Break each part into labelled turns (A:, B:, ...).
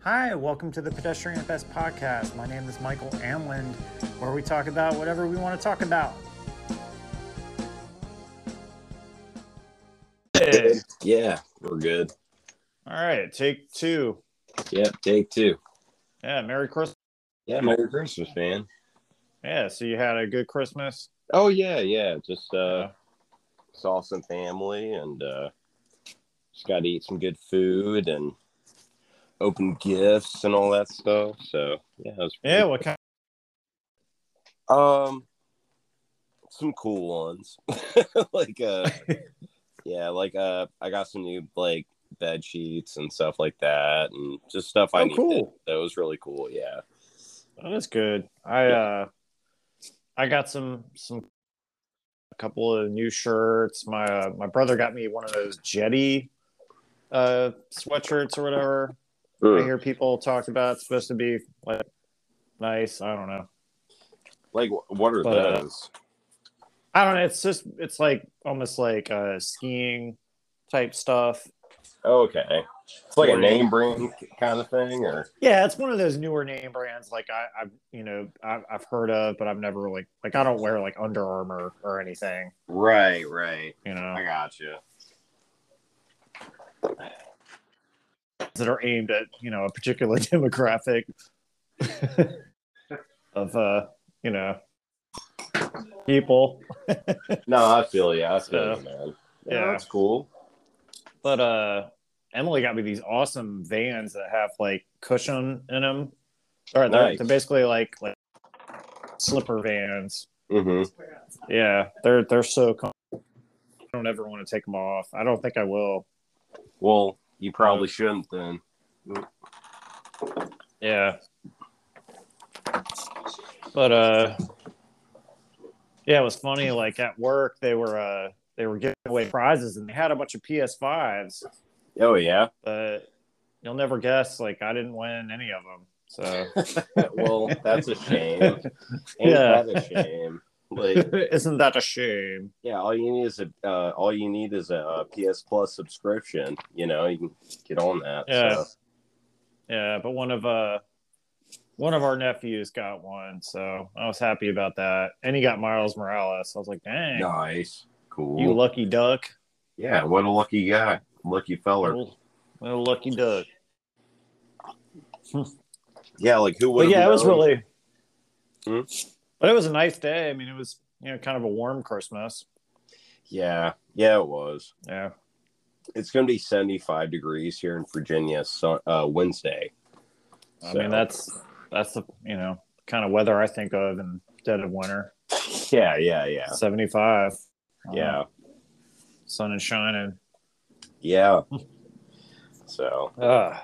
A: Hi, welcome to the Pedestrian at Best podcast. My name is Michael Amland, where we talk about whatever we want to talk about.
B: Hey.
C: Yeah, we're good.
B: All right, take two.
C: Yep, take two.
B: Yeah, Merry Christmas.
C: Yeah, Merry Christmas, man.
B: Yeah, so you had a good Christmas.
C: Oh yeah, yeah. Just uh
B: Yeah.
C: saw some family and uh just got to eat some good food and open gifts and all that stuff. So yeah, it was
B: Yeah, what kind?
C: um some cool ones. like uh yeah, like uh I got some new like bed sheets and stuff like that and just stuff I
B: Oh,
C: needed.
B: cool.
C: That was really cool, yeah.
B: That is good. I uh, I got some some a couple of new shirts. My uh, my brother got me one of those Jetty uh sweatshirts or whatever.
C: Hmm.
B: I hear people talk about it's supposed to be like nice. I don't know.
C: Like wh- what are
B: But, uh,
C: those?
B: I don't know. It's just it's like almost like uh skiing type stuff.
C: Oh, Okay. It's like a
B: Or-
C: name brand kind of thing, or
B: Yeah, it's one of those newer name brands like I, I've you know I've, I've heard of, but I've never like like I don't wear like Under Armour or anything.
C: right, right.
B: You know
C: gotcha.
B: that are aimed at you know a particular demographic of uh you know people.
C: No, I feel you. I
B: So,
C: feel you, man.
B: yeah.
C: Yeah, that's cool.
B: But uh Emily got me these awesome vans that have like cushion in them, or they're,
C: Nice.
B: they're basically like like slipper vans.
C: hmm
B: Yeah, they're they're so. Com- I don't ever want to take them off. I don't think I will.
C: Well, you probably shouldn't then.
B: Yeah. But uh, yeah, it was funny. Like at work, they were uh they were giving away prizes, and they had a bunch of PS5s.
C: Oh yeah.
B: But you'll never guess. Like I didn't win any of them. So
C: well, that's a shame. Ain't
B: Yeah.
C: that a shame? Like,
B: isn't that a shame?
C: yeah, all you need is a uh, all you need is a uh, PS Plus subscription. You know, you can get on that.
B: Yeah.
C: so.
B: Yeah, but one of uh one of our nephews got one, so I was happy about that. And he got Miles Morales. I was like, dang.
C: Nice. Cool.
B: You lucky duck.
C: yeah. What a lucky guy. Lucky feller.
B: Little, little lucky duck.
C: Yeah. Like who
B: But
C: would?
B: yeah, it was really.
C: Hmm?
B: But it was a nice day. I mean, it was you know kind of a warm Christmas.
C: Yeah. Yeah, it was.
B: Yeah.
C: it's going to be 75 degrees here in Virginia so, uh, Wednesday.
B: I
C: So-
B: mean that's that's the you know kind of weather I think of in dead of winter.
C: yeah, yeah, yeah,
B: Seventy five.
C: yeah,
B: Uh, sun is shining.
C: yeah. So
B: Ugh.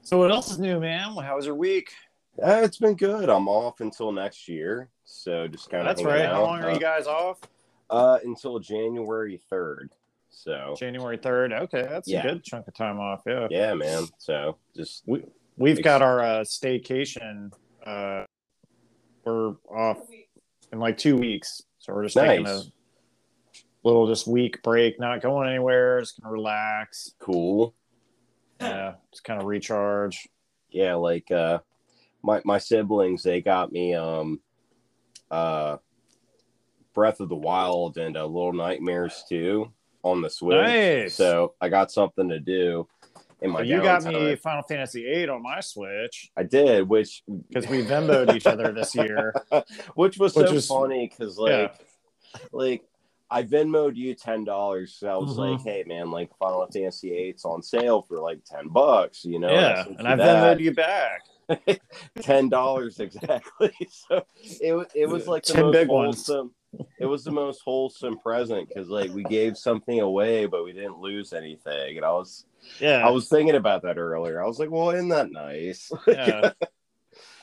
B: So what else is new, man? How was your week?
C: uh, it's been good. I'm off until next year, so just kind of
B: That's right. How long are you guys off?
C: Uh, until January 3rd. So
B: January third. Okay, that's
C: Yeah.
B: a good chunk of time off. Yeah.
C: yeah, man. So just
B: We've got our uh, staycation. Uh, we're off in like two weeks, so we're just taking a
C: Nice.
B: little just week break, not going anywhere, just gonna relax.
C: cool.
B: Yeah, just kind of recharge.
C: Yeah, like uh, my my siblings they got me um, uh, Breath of the Wild and uh, Little Nightmares too on the Switch.
B: Nice.
C: So I got something to do in my
B: Well, you got me
C: downtime.
B: Final Fantasy VIII on my Switch
C: I did, which
B: because we Venmoed each other this year.
C: which was
B: Which
C: so
B: is-
C: funny because like like I Venmoed you ten dollars. So I was
B: Mhm.
C: like, hey man, like Final Fantasy VIII's on sale for like ten bucks, you know?
B: yeah,
C: So
B: and I've
C: that-
B: Venmoed you back.
C: ten dollars exactly. So it wa- it was like the
B: 10
C: most
B: big ones.
C: wholesome. It was the most wholesome present because like we gave something away, but we didn't lose anything. And I was
B: Yeah,
C: I was thinking about that earlier. I was like, well, isn't that nice?
B: yeah.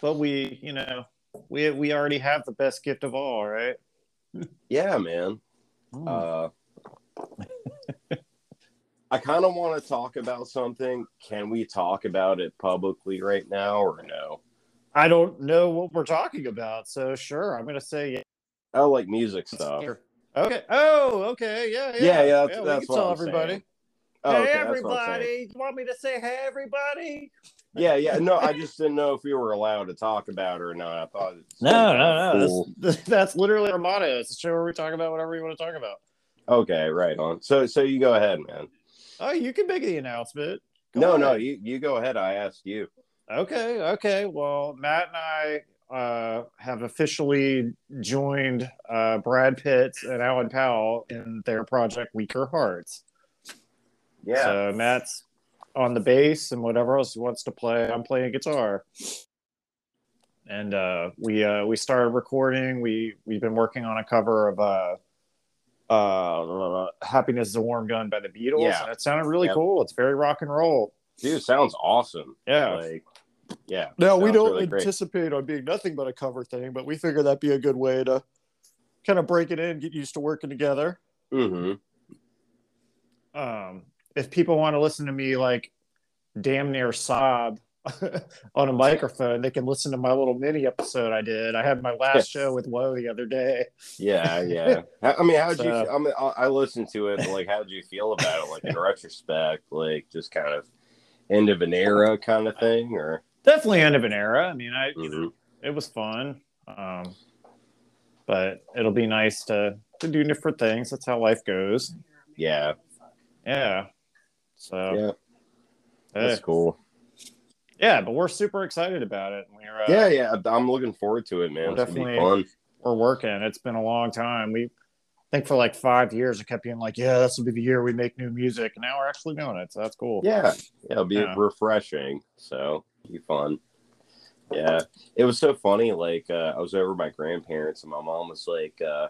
B: but we, you know, we we already have the best gift of all, right?
C: yeah, man.
B: Hmm.
C: Uh, I kind of want to talk about something. Can we talk about it publicly right now or no?
B: I don't know what we're talking about, so sure, I'm gonna say yeah.
C: Oh, like music stuff.
B: Okay. Oh, okay. Yeah. Yeah.
C: Yeah, yeah, that's,
B: we
C: that's
B: can
C: what
B: tell
C: I'm
B: everybody.
C: saying. Oh,
B: hey
C: okay, that's what I'm saying.
B: everybody! You want me to say hey everybody?
C: Yeah, yeah. No, I just didn't know if we were allowed to talk about it or not. I thought it was
B: No, no, no.
C: cool.
B: That's, that's literally our motto. It's a show where we talk about whatever you want to talk about.
C: Okay, right on. So, so you go ahead, man.
B: Oh, you can make the announcement. Go
C: no,
B: on.
C: no, you you go ahead. I asked you.
B: Okay, okay. Well, Matt and I uh, have officially joined uh, Brad Pitt and Alan Powell in their project Weaker Hearts. So Matt's on the bass and whatever else he wants to play. I'm playing guitar. And uh, we uh, we started recording. We we've been working on a cover of uh, uh, "Happiness Is a Warm Gun" by the Beatles,
C: Yeah.
B: and it sounded really
C: Yep.
B: cool. It's very rock and roll.
C: dude, sounds awesome.
B: Yeah.
C: Like, yeah.
B: No, we
C: Sounds
B: don't
C: really great.
B: anticipate on being nothing but a cover thing, but we figure that'd be a good way to kind of break it in, get used to working together.
C: hmm
B: Um, if people want to listen to me like damn near sob on a microphone, they can listen to my little mini episode I did. I had my last
C: Yes.
B: show with Woe the other day.
C: Yeah, yeah. I I mean, how'd you?
B: So-
C: I mean, I I listened to it. But like, how'd you feel about it? Like in retrospect, like just kind of end of an era kind of thing, or
B: Definitely end of an era. I mean, I you know,
C: Mhm.
B: it was fun. Um, but it'll be nice to to do different things. That's how life goes.
C: yeah,
B: Yeah. So
C: yeah,
B: eh.
C: that's cool.
B: Yeah, but we're super excited about it. We're uh,
C: yeah, yeah. I'm looking forward to it, man.
B: We're
C: It's gonna be
B: definitely-
C: fun.
B: we're working. It's been a long time. We I think for like five years, I kept being like, "Yeah, this will be the year we make new music," and now we're actually doing it. So that's cool.
C: Yeah, yeah, it'll be
B: Yeah.
C: refreshing. So be fun. Yeah, it was so funny. Like uh, I was over at my grandparents, and my mom was like, uh,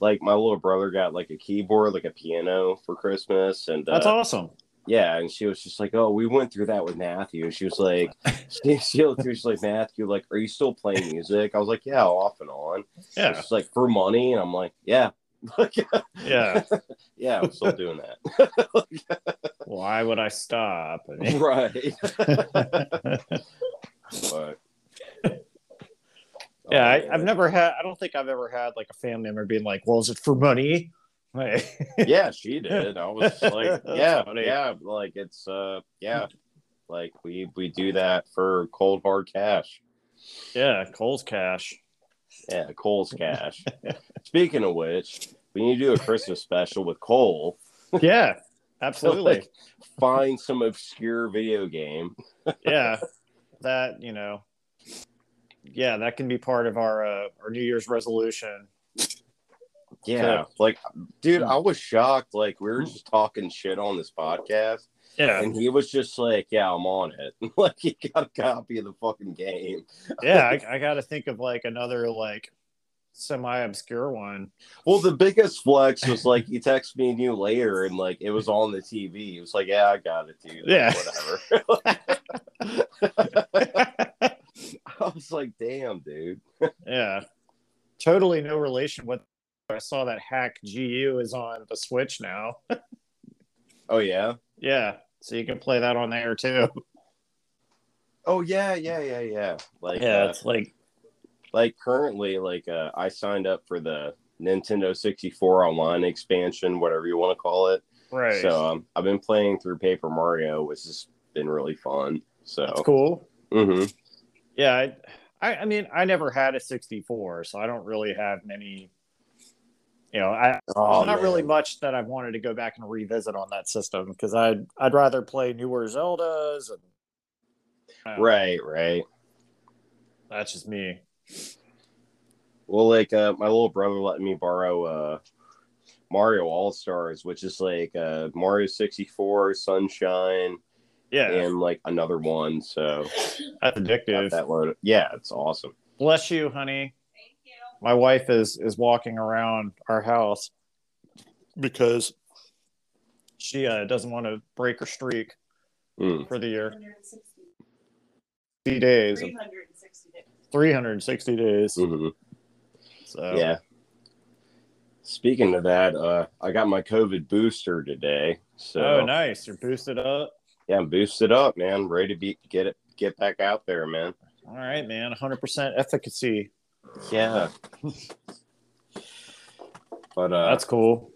C: like my little brother got like a keyboard, like a piano for Christmas, and uh,
B: that's awesome.
C: yeah, and she was just like, "Oh, we went through that with Matthew." And she was like, "She, she looked at me, she's like, Matthew, like, are you still playing music?" I was like, "Yeah, off and on."
B: Yeah,
C: She's like, "For money," and I'm like, "Yeah, like,
B: yeah.
C: yeah, I'm still doing that."
B: Why would I stop? I mean,
C: right. But-
B: yeah,
C: Oh,
B: I,
C: man.
B: I've never had. I don't think I've ever had like a family member being like, "Well, is it for money?" Like,
C: yeah, she did. I was
B: That's
C: like, yeah,
B: funny.
C: yeah, like it's uh, yeah, like we we do that for cold hard cash.
B: yeah, Cole's cash.
C: Yeah, Cole's cash. Speaking of which, we need to do a Christmas special with Cole.
B: Yeah, absolutely.
C: Like, find some obscure video game.
B: yeah that you know yeah that can be part of our uh, our new year's resolution
C: Yeah, like, dude, I was shocked. Like, we were just talking shit on this podcast,
B: yeah
C: and he was just like, "Yeah, I'm on it." like, he got a copy of the fucking game.
B: yeah I, I gotta think of like another like semi-obscure one
C: Well, the biggest flex was like he texted me and you later, and like it was on the TV. It was like, yeah, I got it, dude. Like,
B: Yeah.
C: whatever. I was like, damn, dude.
B: yeah totally no relation with i saw that hack gu is on the switch now
C: Oh yeah.
B: yeah so you can play that on there too
C: Oh yeah, yeah, yeah, yeah. Like,
B: yeah
C: uh,
B: it's like
C: like currently, like uh, I signed up for the Nintendo 64 online expansion, whatever you want to call it.
B: right
C: So um, I've been playing through Paper Mario, which has been really fun. So
B: that's cool
C: hmm
B: Yeah, I- I, I mean, I never had a 64, so I don't really have many. You know, I
C: Oh,
B: there's not really
C: man.
B: much that I've wanted to go back and revisit on that system because I'd I'd rather play newer Zeldas and
C: right, right.
B: that's just me.
C: Well, like uh, my little brother let me borrow uh, Mario All Stars, which is like uh, Mario sixty four, Sunshine,
B: Yeah,
C: and like another one. So
B: that's
C: got
B: addictive.
C: that load. Yeah, it's awesome.
B: Bless you, honey. My wife is is walking around our house because she uh, doesn't want to break her streak
C: Mm.
B: for the year.
D: 360
B: Three days,
D: 360 days.
B: 360 days.
C: mhm.
B: So
C: Yeah. Speaking of that, uh, I got my COVID booster today, so
B: Oh, nice! You're boosted up.
C: yeah, I'm boosted up, man. Ready to be get it get back out there, man.
B: All right, man. 100% efficacy.
C: Yeah. But uh,
B: That's cool.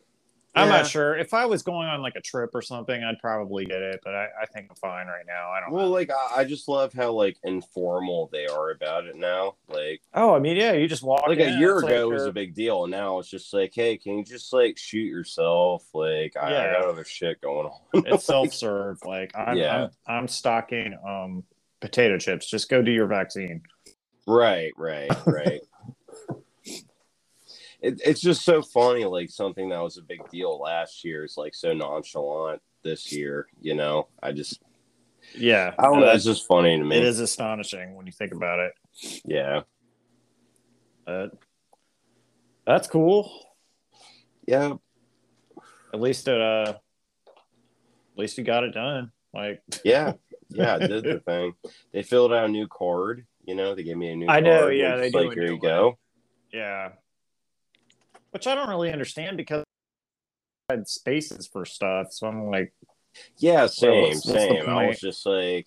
B: I'm
A: Yeah.
B: not sure. If I was going on like a trip or something, I'd probably get it, but I, I think I'm fine right now. I don't know.
C: Well, like I, I just love how like informal they are about it now. Like
B: Oh, I mean, yeah, you just walk.
C: like
B: in,
C: a year
B: it's
C: ago
B: like
C: was
B: your-
C: a big deal, and now it's just like, hey, can you just like shoot yourself? Like I, I
B: Yeah.
C: got other shit going on.
B: it's self-serve. Like I'm,
C: Yeah.
B: I'm, I'm stocking um potato chips. Just go do your vaccine.
C: right, right, right. it, it's just so funny. Like something that was a big deal last year is like so nonchalant this year. You know, I just
B: Yeah,
C: I don't know.
B: Uh,
C: It's just funny to me.
B: It is astonishing when you think about it.
C: Yeah.
B: But that's cool.
C: Yeah.
B: At least it. Uh, at least you got it done. Like
C: Yeah, yeah, I did the thing. They filled out a new card. You know, they gave me a new.
B: I know,
C: card, and
B: yeah,
C: it's
B: they do
C: like
B: a
C: here
B: new
C: you
B: one.
C: go.
B: Yeah. Which I don't really understand because I had spaces for stuff. So I'm like,
C: Yeah, same,
B: what's the
C: same. I was
B: point?
C: just like,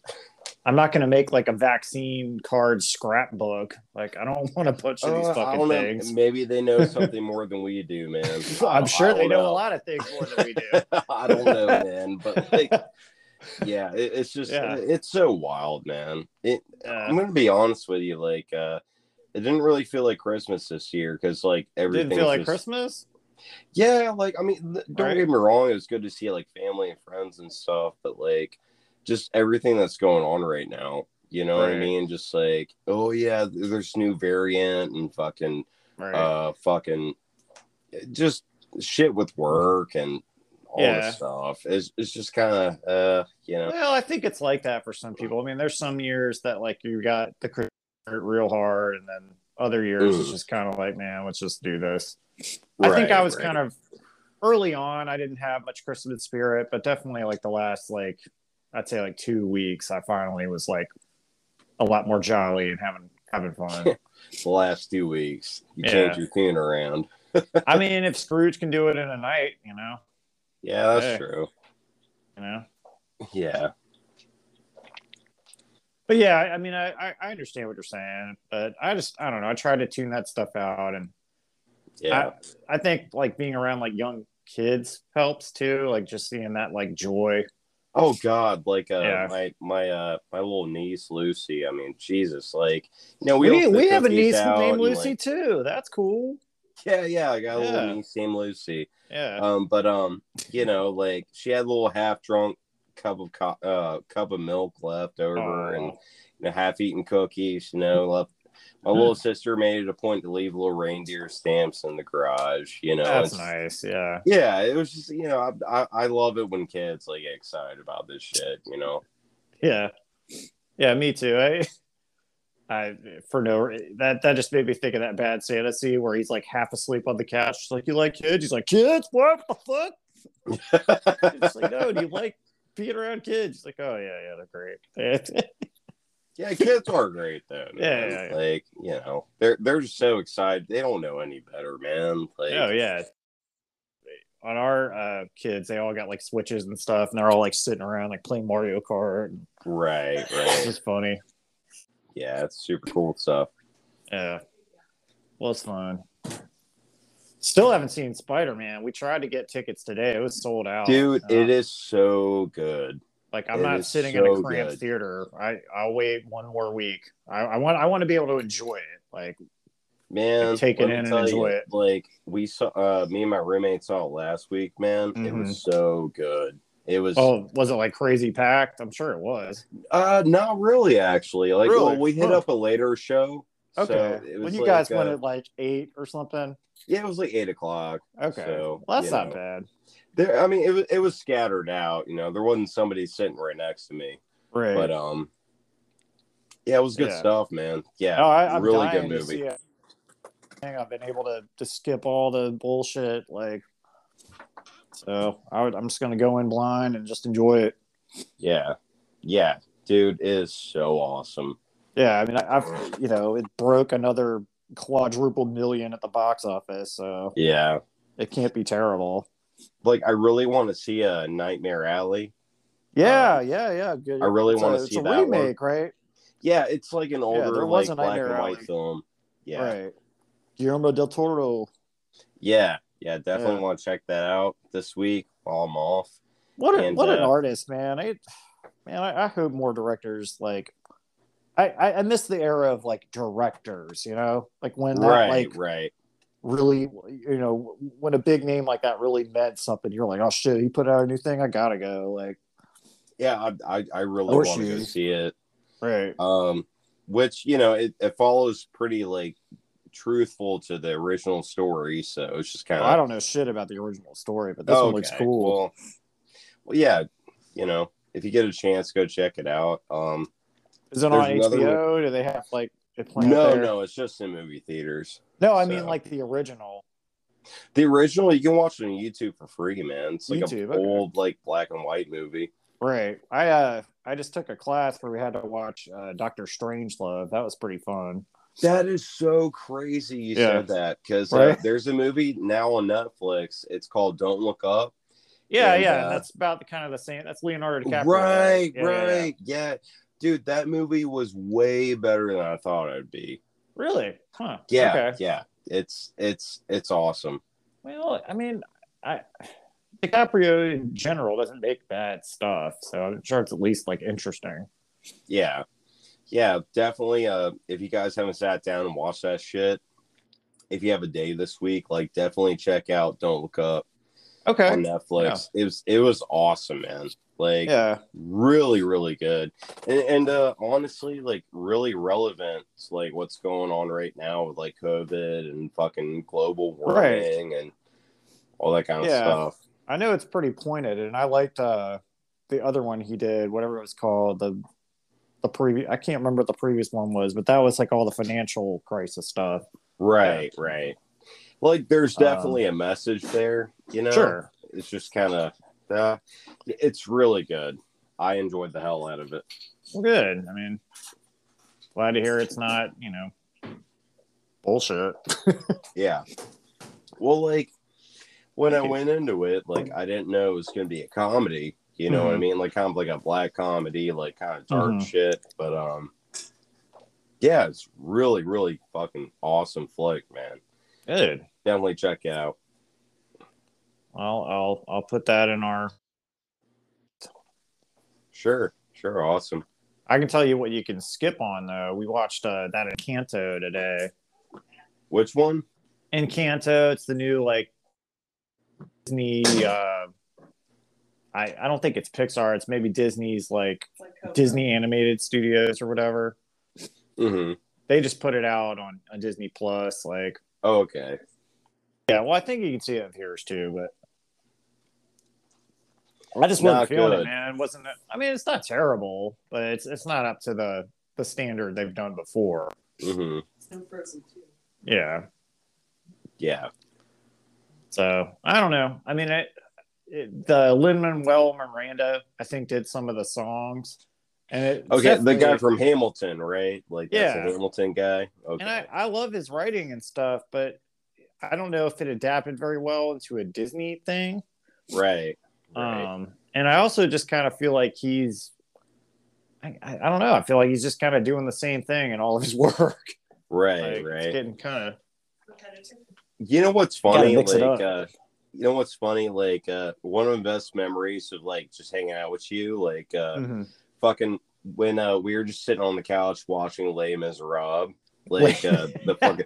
B: I'm not going to make like a vaccine card scrapbook. Like, I don't want to put these
C: uh, I
B: fucking
C: don't know.
B: things.
C: Maybe they know something more than we do, man.
B: I'm sure they know.
C: know
B: a lot of things more than we do.
C: I don't know, man. But like, yeah, it, it's just
B: Yeah.
C: it's so wild, man. It, I'm
B: Yeah.
C: gonna be honest with you, like. uh it didn't really feel like Christmas this year because, like, everything
B: Didn't feel like
C: just,
B: Christmas.
C: Yeah, like I mean, th- don't
B: Right.
C: get me wrong. It was good to see like family and friends and stuff, but like just everything that's going on right now. You know what I
B: Right.
C: mean? Just like, oh yeah, th- there's new variant and fucking,
B: Right.
C: uh, fucking, just shit with work and all
B: Yeah.
C: this stuff. It's it's just kind of, uh, you know,
B: Well, I think it's like that for some people. I mean, there's some years that like you got the crit real hard, and then other years it's
C: Mm.
B: just kind of like, man, let's just do this. I think I was kind of early on. I didn't have much Christmas spirit, but definitely like the last like I'd say like two weeks, I finally was like a lot more jolly and having having fun.
C: the last two weeks. You
B: Yeah.
C: changed your tune around.
B: I mean, if Scrooge can do it in a night, you know,
C: Yeah, that's
B: Hey.
C: true.
B: you know.
C: Yeah,
B: But yeah, I I mean, I I- I understand what you're saying, but I just I don't know. I try to tune that stuff out, and
C: yeah,
B: I think like being around like young kids helps too. Like just seeing that like joy.
C: Oh God, like uh,
B: Yeah.
C: my my uh my little niece Lucy. I mean, Jesus, like you know
B: We
C: we all
B: we,
C: put
B: have a
C: cookies
B: niece
C: out
B: named
C: and,
B: Lucy
C: like-
B: too. That's cool.
C: yeah, yeah, I got a
B: Yeah.
C: little niece named Lucy.
B: Yeah.
C: Um, but um, you know, like she had a little half drunk cup of co- uh cup of milk left over and
B: Aw.
C: you know, half eaten cookies. You know, left. My little sister made it a point to leave little reindeer stamps in the garage. You know,
B: That's
C: it's-
B: nice. Yeah.
C: Yeah, it was just you know I, I I love it when kids like get excited about this shit. You know.
B: Yeah. Yeah. Me too. I, I, for no, that, that just made me think of that bad Santa scene where he's like half asleep on the couch. She's like, you like kids? He's like, kids? What the fuck? It's like, no, do you like being around kids? He's like, oh, yeah, yeah, they're great.
C: Yeah, kids are great though. man.
B: Yeah, yeah, yeah.
C: like you know, they're they're just so excited. They don't know any better, man. Like,
B: oh, yeah. On our uh, kids, they all got like switches and stuff, and they're all like sitting around like playing Mario Kart.
C: right,
B: It's
C: right.
B: just funny.
C: Yeah, it's super cool stuff.
B: Yeah. Well, it's fun. Still haven't seen Spider Man. We tried to get tickets today. It was sold out.
C: Dude,
B: Uh,
C: it is so good.
B: like I'm
C: it
B: not
C: is
B: sitting in
C: so
B: a cramped
C: good.
B: theater. I I'll wait one more week. I, I want I want to be able to enjoy it. Like
C: Man,
B: Take it
C: let me
B: in and
C: tell
B: enjoy
C: you,
B: it.
C: Like we saw uh me and my roommate saw it last week, man. It
B: Mhm.
C: was so good. It was
B: oh, was it like crazy packed? I'm sure it was.
C: uh not really actually. Like
B: Really?
C: well we hit
B: Huh.
C: up a later show.
B: Okay.
C: So it was
B: when you
C: like,
B: guys
C: uh,
B: went at like eight or something.
C: Yeah, it was like eight o'clock.
B: Okay.
C: So,
B: well, that's
C: you
B: not
C: know.
B: bad.
C: There, I mean, it was it was scattered out. You know, there wasn't somebody sitting right next to me,
B: Right.
C: but um, yeah, it was good
B: Yeah.
C: stuff, man. Yeah,
B: no, Oh, I, I'm
C: really
B: dying
C: good
B: To see
C: movie.
B: it. I've been able to, to skip all the bullshit. Like, so I would, I'm just gonna go in blind and just enjoy it.
C: Yeah, yeah, dude, it is so awesome.
B: Yeah, I mean, I, I've you know, it broke another quadruple million at the box office, so
C: Yeah,
B: it can't be terrible.
C: like I really want to see a Nightmare Alley.
B: Yeah, yeah, yeah. Good.
C: Uh, I really
B: It's a-
C: wanna
B: it's
C: see
B: a
C: that one.
B: remake, right?
C: Yeah, it's like an older
B: there was
C: like
B: a
C: black
B: Nightmare
C: and white
B: Alley.
C: film. Yeah,
B: Right. Guillermo del Toro.
C: yeah, yeah, definitely
B: Yeah.
C: want to check that out this week while I'm off.
B: What a,
C: And,
B: what an
C: uh,
B: artist, man! I man, I, I hope more directors like. I, I I miss the era of like directors, you know, like when that
C: right,
B: like
C: right.
B: really, you know, when a big name like that really meant something. You're like, oh shit, he put out a new thing. I gotta go. Like,
C: Yeah, I I, I really
B: Or
C: want to go
B: shoes.
C: see it.
B: right,
C: Um, which you know it, it follows pretty like truthful to the original story, so it's just kind of
B: I don't know shit about the original story, but this one looks
C: okay,
B: cool.
C: Well, well, yeah, you know, if you get a chance, go check it out. Um,
B: Is it
C: There's
B: on
C: another
B: HBO? Do they have like it playing
C: no,
B: there?
C: no, it's just in movie theaters.
B: no? I mean
C: So-
B: like the original.
C: The original you can watch it on YouTube for free, man. It's like
B: YouTube,
C: an
B: okay.
C: old like black and white movie.
B: Right. I uh I just took a class where we had to watch uh, Doctor Strangelove. That was pretty fun.
C: That is so crazy you
B: Yeah.
C: said that because uh,
B: Right?
C: there's a movie now on Netflix. It's called Don't Look Up.
B: Yeah,
C: And,
B: yeah.
C: uh,
B: and that's about the kind of the same. That's Leonardo DiCaprio.
C: Right,
B: Yeah, yeah, yeah.
C: right. Yeah. Dude, that movie was way better than I thought it'd be.
B: Really? Huh.
C: Yeah,
B: Okay.
C: yeah. It's it's it's awesome.
B: Well, I mean, I DiCaprio in general doesn't make bad stuff, so I'm sure it's at least like interesting.
C: Yeah. Yeah, definitely. Uh if you guys haven't sat down and watched that shit, if you have a day this week, like definitely check out Don't Look Up
B: Okay.
C: on Netflix. It was it was awesome, man. Like
B: yeah.
C: really, really good. And and uh honestly, like really relevant to like what's going on right now with like COVID and fucking global
B: Right.
C: warming and all that kind of
B: Yeah.
C: stuff.
B: I know it's pretty pointed, and I liked uh, the other one he did, whatever it was called the the previous. I can't remember what the previous one was, but that was like all the financial crisis stuff.
C: Right, right. Like there's
B: Um,
C: definitely a message there, you know.
B: Sure.
C: it's just kind of uh, it's really good i enjoyed the hell out of it
B: Well, good. I mean, glad to hear it's not you know bullshit.
C: yeah well like when i
B: Okay.
C: went into it like i didn't know it was going to be a comedy you know what i
B: Mhm.
C: mean like kind of like a black comedy like kind of dark
B: Mhm.
C: shit but um yeah it's really really fucking awesome flick man
B: Good.
C: definitely check it out
B: I'll I'll I'll put that in our.
C: sure sure awesome
B: I can tell you what you can skip on though. We watched uh, that Encanto today.
C: which one
B: Encanto, it's the new like Disney. Uh, I I don't think it's Pixar. It's maybe Disney's like Disney animated studios or whatever.
C: mm-hmm.
B: They just put it out on, on Disney Plus. Like,
C: Oh, okay
B: yeah, well, I think you can see it in theaters too, but I just wasn't
C: Not
B: feeling
C: good.
B: it, man. It wasn't. I mean, it's not terrible, but it's it's not up to the the standard they've done before.
C: mm-hmm.
B: Yeah.
C: yeah
B: So I don't know. I mean, it, it, the Lin Manuel Miranda, I think, did some of the songs, and it
C: okay the
B: definitely-
C: guy from hamilton right like that's
B: Yeah.
C: a hamilton guy okay
B: and I, I love his writing and stuff, but I don't know if it adapted very well into a Disney thing.
C: Right. Right.
B: Um, and I also just kind of feel like he's, I, I, I don't know. I feel like he's just kind of doing the same thing in all of his work.
C: right.
B: Like, It's
C: right.
B: getting kind of
C: You know what's funny?
B: mix it up.
C: Like, uh, you know what's funny? Like, uh, one of the best memories of like just hanging out with you, like, uh,
B: Hmm. mm-hmm.
C: fucking when uh, we were just sitting on the couch watching Lame as Rob, like, uh, the fucking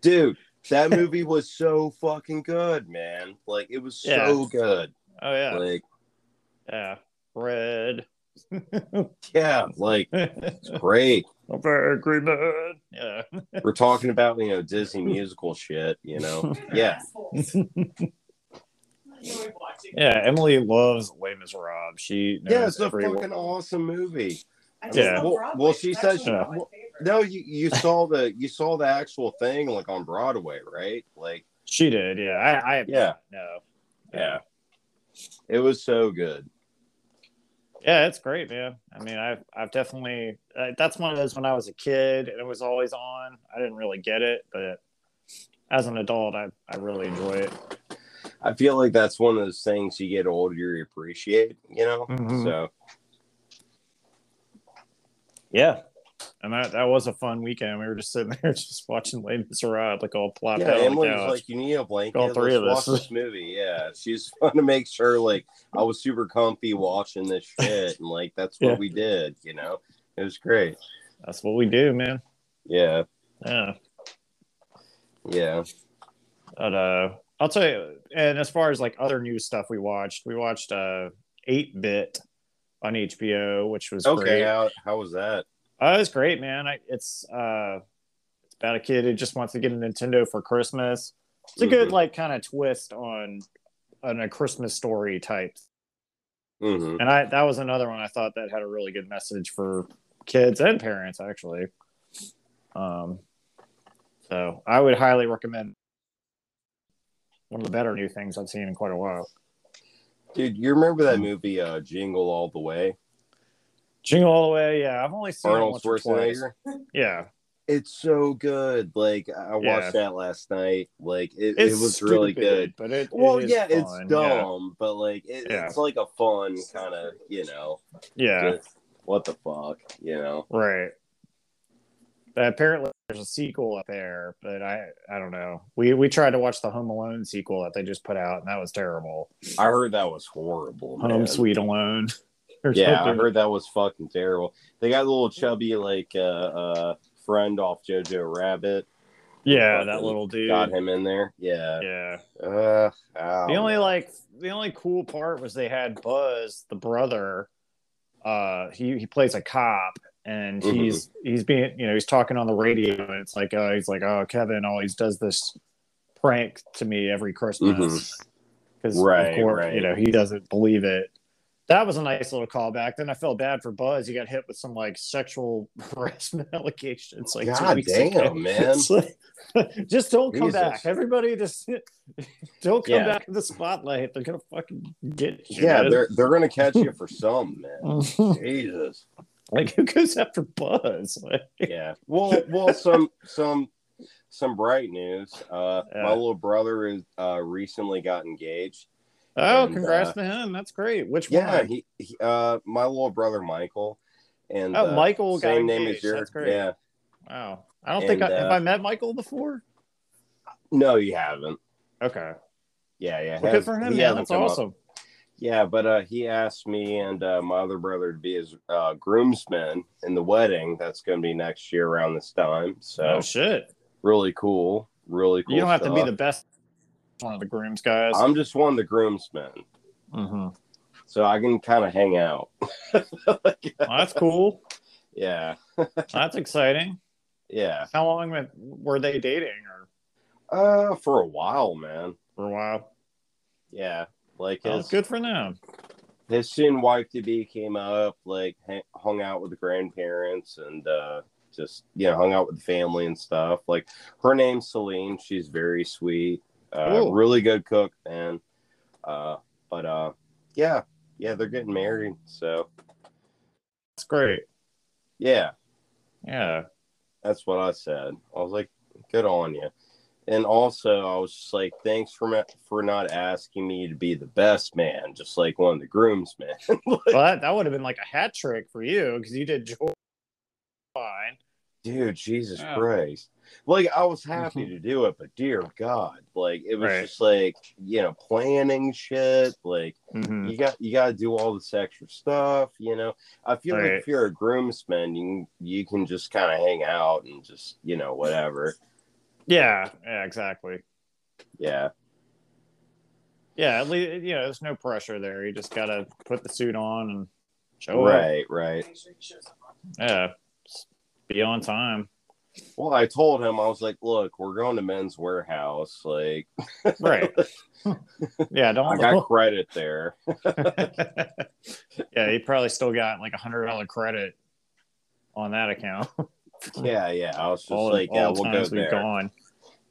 C: dude, that movie was so fucking good, man. Like, it was so
B: Yeah.
C: good.
B: oh yeah,
C: Like,
B: yeah, red.
C: yeah, like, great.
B: agreement. Yeah.
C: We're talking about, you know, Disney musical shit, you know? Yeah.
B: Yeah, Emily loves Les Miserables. She knows
C: Yeah, it's a
B: every
C: fucking awesome movie.
B: Yeah.
C: Well- well, she says-
D: no.
C: No, you you saw the you saw the actual thing like on Broadway, right? Like,
B: She did, yeah. I, I have
C: Yeah.
B: no.
C: Yeah. it was so good.
B: Yeah, it's great, man. I mean, I've I've definitely uh, that's one of those when I was a kid and it was always on. I didn't really get it, but as an adult, I I really enjoy it.
C: I feel like that's one of those things you get older you appreciate, you know.
B: Mhm.
C: So
B: Yeah. and that that was a fun weekend. We were just sitting there just watching Les Miserables, like all plopped
C: Yeah,
B: out. on the
C: Emily was
B: couch.
C: like, "You need a blanket."
B: All three
C: Let's
B: of us.
C: watch this movie. Yeah, she's trying to make sure like I was super comfy watching this shit, and like that's what
B: Yeah.
C: we did. You know, it was great.
B: That's what we do, man.
C: Yeah,
B: Yeah.
C: yeah.
B: But uh I'll tell you and as far as like other new stuff we watched, we watched uh eight bit on HBO, which was
C: Okay,
B: great.
C: how, how was that?
B: Oh, it was great, man. I, it's uh it's about a kid who just wants to get a Nintendo for Christmas. It's a good
C: Mhm.
B: like kind of twist on on a Christmas story type.
C: hmm
B: And I that was another one I thought that had a really good message for kids and parents actually. Um so I would highly recommend one of the better new things I've seen in quite a while.
C: Dude, you remember
B: Hmm.
C: that movie uh, Jingle All the Way?
B: Jingle all the way, yeah. I've only seen
C: Arnold
B: it once or twice.
C: Schwarzenegger.
B: Yeah.
C: It's so good. Like I watched
B: Yeah.
C: that last night. Like it, it
B: It's
C: was really
B: stupid,
C: good.
B: But it, it
C: Well,
B: is
C: yeah,
B: fun,
C: it's dumb, but like it,
B: Yeah.
C: it's like a fun kind of, you know,
B: Yeah. yeah.
C: just what the fuck, you know.
B: Right. But apparently there's a sequel up there, but I I don't know. We we tried to watch the Home Alone sequel that they just put out, and that was terrible.
C: I heard that was horrible. Man.
B: Home Sweet Alone. Or
C: Yeah, I
B: something.
C: heard that was fucking terrible. They got a little chubby like uh, uh friend off Jojo Rabbit.
B: yeah, that
C: Fucking
B: little dude.
C: Got him in there. Yeah.
B: Yeah.
C: Uh, I
B: The
C: don't
B: only
C: know.
B: like the only cool part was they had Buzz, the brother. Uh, he he plays a cop, and
C: Mhm.
B: he's he's being you know he's talking on the radio, and it's like uh, he's like oh Kevin always does this prank to me every Christmas because
C: Mm-hmm. Right,
B: of course
C: right.
B: you know he doesn't believe it. That was a nice little callback. Then I felt bad for Buzz. He got hit with some like sexual harassment allegations. Like two
C: God
B: weeks
C: damn,
B: ago.
C: man.
B: It's like- just don't come
C: Jesus.
B: back. Everybody just don't come
C: Yeah.
B: back in the spotlight. They're gonna fucking get you.
C: Yeah,
B: man.
C: they're they're gonna catch you for some, man. Jesus.
B: like who goes after Buzz? Like,
C: yeah well well some some some bright news uh
B: Yeah.
C: my little brother is uh recently got engaged
B: oh,
C: And,
B: congrats
C: uh,
B: to him. That's great. Which
C: yeah
B: one?
C: he, he uh my little brother michael and
B: oh,
C: uh,
B: Michael got
C: same
B: engaged.
C: name as yours
B: That's great.
C: yeah
B: Wow. I don't think I,
C: And,
B: have
C: uh,
B: I met Michael before.
C: no you haven't
B: Okay.
C: yeah yeah
B: Well,
C: has-
B: good for him,
C: he
B: man.
C: hasn't
B: That's
C: come up.
B: awesome.
C: yeah but uh he asked me and uh my other brother to be his uh groomsmen in the wedding that's gonna be next year around this time so
B: Oh shit.
C: really cool really cool
B: you don't have to be
C: stuff.
B: the best one of the grooms guys.
C: i'm just one of the groomsmen
B: Mhm.
C: so i can kind of hang out
B: Well, that's cool.
C: Yeah,
B: that's exciting.
C: yeah.
B: How long were- were they dating or
C: Uh, for a while, man.
B: for a while?
C: Yeah, like
B: Oh,
C: his
B: good for them.
C: his soon wife to be came up, like ha- hung out with the grandparents and uh, just you know hung out with the family and stuff. Like her name's Celine. She's very sweet. Uh,
B: Cool.
C: really good cook, man. Uh, but uh, yeah, yeah, they're getting married. So
B: That's great.
C: yeah,
B: Yeah.
C: That's what I said. I was like, good on you. And also, I was just like, thanks for ma- for not asking me to be the best man, just like one of the groomsmen.
B: Well, that, that would have been like a hat trick for you because you did George fine.
C: Dude, Jesus
B: Yeah. Mm-hmm.
C: Christ. Like, I was happy to do it, but dear God, like, it was
B: Right.
C: just like, you know, planning shit. Like,
B: Mm.
C: you got you got to do all this extra stuff, you know. I feel like
B: Right.
C: if you're a groomsman, you can, you can just kind of hang out and just, you know, whatever.
B: Yeah. Yeah. Exactly.
C: Yeah.
B: Yeah. At least you know, there's no pressure there. You just gotta put the suit on and show up.
C: Right, right.
B: Yeah. Just Be on time.
C: Well, I told him I was like, "Look, we're going to Men's Warehouse. Like,
B: Right. yeah.
C: I
B: Don't.
C: got credit there.
B: yeah. You probably still got like a hundred dollar credit on that account.
C: Yeah, yeah. I was just
B: all
C: like, yeah,
B: all
C: we'll go
B: times we've
C: there.
B: gone.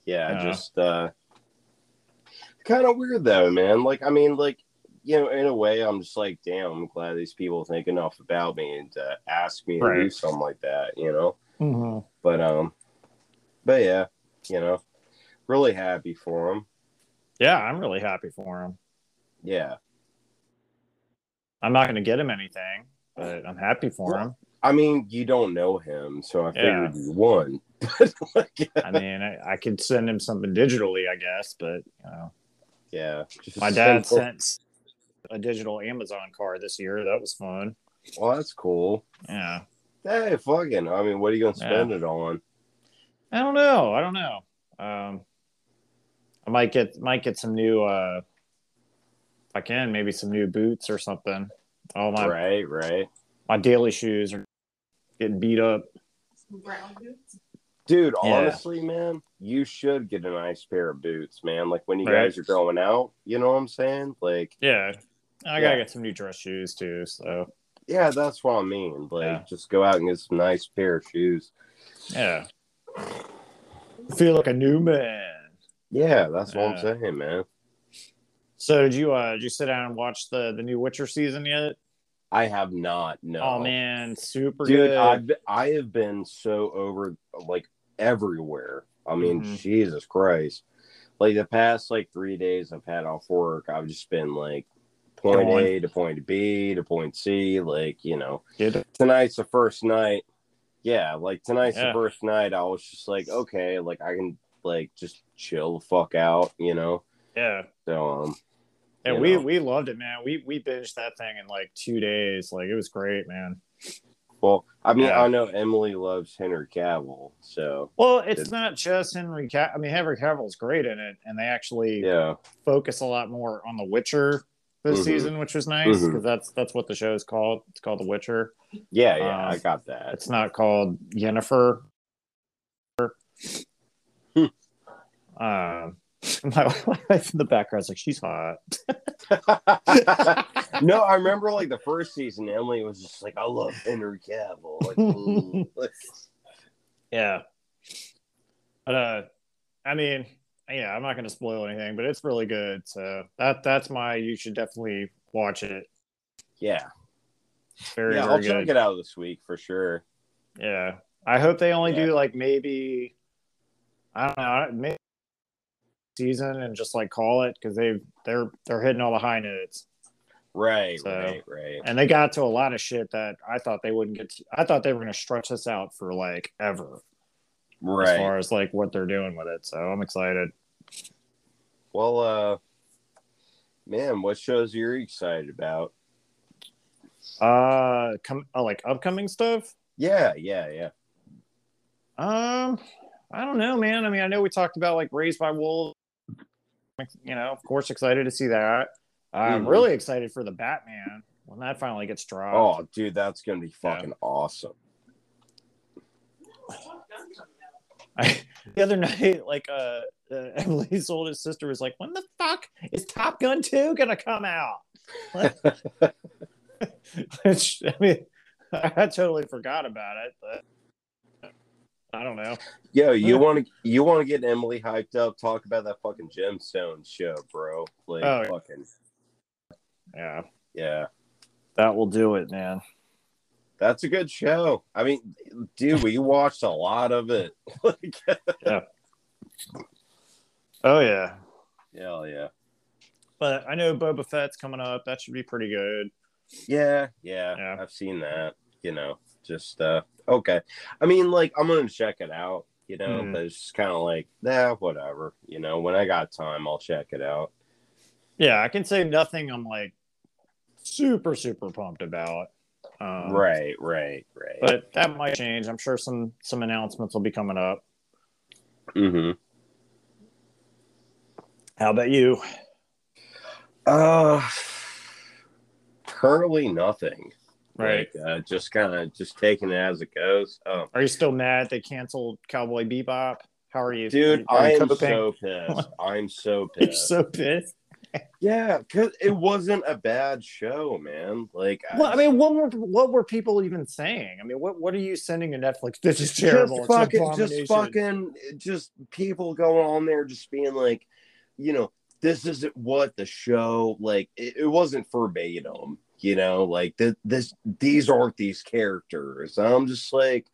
C: Yeah,
B: Yeah.
C: just uh, kind of weird though, man. Like, I mean, like, you know, in a way, I'm just like, damn, I'm glad these people think enough about me and uh, ask me to do
B: Right.
C: something like that, you know.
B: Mhm.
C: But um, but yeah, you know, really happy for him.
B: Yeah, I'm really happy for him.
C: Yeah,
B: I'm not going to get him anything, but I'm happy for him.
C: I mean, you don't know him, so I
B: Yeah.
C: figured you won. Like,
B: I mean, I, I could send him something digitally, I guess, but you know,
C: yeah,
B: my dad sent a digital Amazon card this year. That was fun.
C: Well, Oh, that's cool.
B: Yeah.
C: Hey, fucking. I mean, what are you gonna spend it on?
B: I don't know. I don't know. Um, I might get might get some new. Uh, if I can, maybe some new boots or something. All my
C: Right, right,
B: my daily shoes are getting beat up.
D: Brown boots.
C: dude.
B: Yeah.
C: Honestly, man, you should get a nice pair of boots, man. Like when you
B: Right.
C: guys are going out, you know what I'm saying? Like,
B: Yeah. I gotta
C: Yeah.
B: get some new dress shoes too. So
C: yeah, that's what I mean. Like,
B: Yeah.
C: just go out and get some nice pair of shoes.
B: yeah, feel like a new man.
C: Yeah, that's what
B: Yeah.
C: I'm saying, man.
B: So did you uh did you sit down and watch the the new Witcher season yet?
C: I have not. No,
B: Oh man, super
C: dude,
B: good.
C: I've, I have been so over like everywhere. I mean,
B: Mhm.
C: Jesus Christ! Like the past like three days I've had off work, I've just been like point
B: Going.
C: A to point B to point C. Like you know,
B: Good.
C: tonight's the first night. Yeah, like tonight's
B: Yeah.
C: the first night. I was just like, okay, like I can like just chill the fuck out, you know.
B: Yeah.
C: So um,
B: Yeah,
C: you
B: we
C: know.
B: we loved it, man. We we binged that thing in like two days. Like it was great, man.
C: well, I mean,
B: Yeah.
C: I know Emily loves Henry Cavill, so
B: Well, it's
C: Good.
B: not just Henry. Cav- I mean, Henry Cavill's great in it, and they actually
C: yeah,
B: focus a lot more on The Witcher this
C: Mhm.
B: season, which was nice because
C: Mhm.
B: that's that's what the show is called. It's called The Witcher.
C: yeah, yeah.
B: Um,
C: I got that.
B: It's not called Yennefer.
C: Hmm.
B: Um, my wife in the background's like, she's hot.
C: no, I remember like the first season, Emily was just like, "I love Henry Cavill." Like, ooh.
B: Yeah. But uh I mean, yeah, I'm not gonna spoil anything, but it's really good. So that that's my you should definitely watch it.
C: yeah,
B: Very,
C: yeah.
B: very
C: I'll
B: good.
C: try to get out this week for sure.
B: Yeah. I hope they only
C: Yeah.
B: do like maybe I don't know, maybe season and just like call it because they they're they're hitting all the high notes.
C: Right,
B: So-
C: right, right.
B: And they got to a lot of shit that I thought they wouldn't get to, I thought they were gonna stretch this out for like ever as
C: Right.
B: far as like what they're doing with it. So I'm excited.
C: Well, uh, man, what shows are you excited about?
B: Uh come uh, like upcoming stuff?
C: Yeah, yeah, yeah.
B: Um I don't know, man. I mean, I know we talked about like Raised by Wolves. You know, of course excited to see that. I'm
C: Mhm.
B: really excited for the Batman when that finally gets dropped.
C: Oh, dude, that's gonna be fucking awesome.
B: I, the other night, like uh, uh Emily's oldest sister was like, "When the fuck is Top Gun two gonna come out?" Which I mean, I totally forgot about it. But I don't know.
C: Yo, you
B: Yeah.
C: want to you want to get Emily hyped up? Talk about that fucking gemstone show, bro. Like,
B: Oh, yeah.
C: fucking
B: Yeah,
C: yeah.
B: that will do it, man.
C: That's a good show. I mean, dude, we watched a lot of it. like,
B: Oh yeah,
C: hell yeah.
B: but I know Boba Fett's coming up. That should be pretty good.
C: yeah, yeah,
B: Yeah.
C: I've seen that. You know, just uh, okay. I mean, like, I'm gonna check it out. You know,
B: Mhm.
C: but it's just kind of like, nah, whatever. You know, when I got time, I'll check it out.
B: Yeah, I can say nothing. I'm like super, super pumped about. Um,
C: right, right, right.
B: but that might change. I'm sure some some announcements will be coming up.
C: mm-hmm.
B: How about you?
C: Uh, currently nothing. Like, uh, just kind of just taking it as it goes. Um,
B: Are you still mad they canceled Cowboy Bebop? How are you,
C: dude,
B: Are
C: I
B: you
C: am
B: coping?
C: so pissed. I'm so
B: You're
C: pissed.
B: so pissed.
C: Yeah, because it wasn't a bad show, man. Like,
B: Well, I mean, what were what were people even saying? I mean, what what are you sending to Netflix? This is
C: just
B: terrible. It's an
C: fucking, just
B: abomination.
C: fucking, just people going on there, just being like, you know, this isn't what the show. Like, it, it wasn't verbatim, you know, like th- this, these aren't these characters. And I'm just like,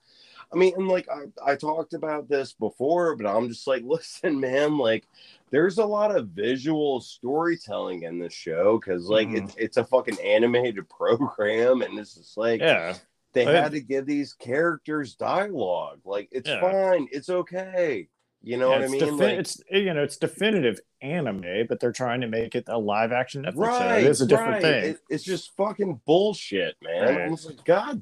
C: I mean, and like I, I talked about this before, but I'm just like, listen, man, like there's a lot of visual storytelling in this show because like
B: Mhm.
C: it's it's a fucking animated program, and it's just like
B: Yeah,
C: They
B: Oh, yeah.
C: had to give these characters dialogue. Like it's
B: Yeah.
C: fine, it's okay. You know what I
B: it's
C: mean?
B: defi-
C: like,
B: it's you know it's definitive anime, but they're trying to make it a live action Netflix show.
C: right,
B: It is a different
C: right.
B: thing.
C: It- it's just fucking bullshit, man.
B: Right.
C: I was like, God,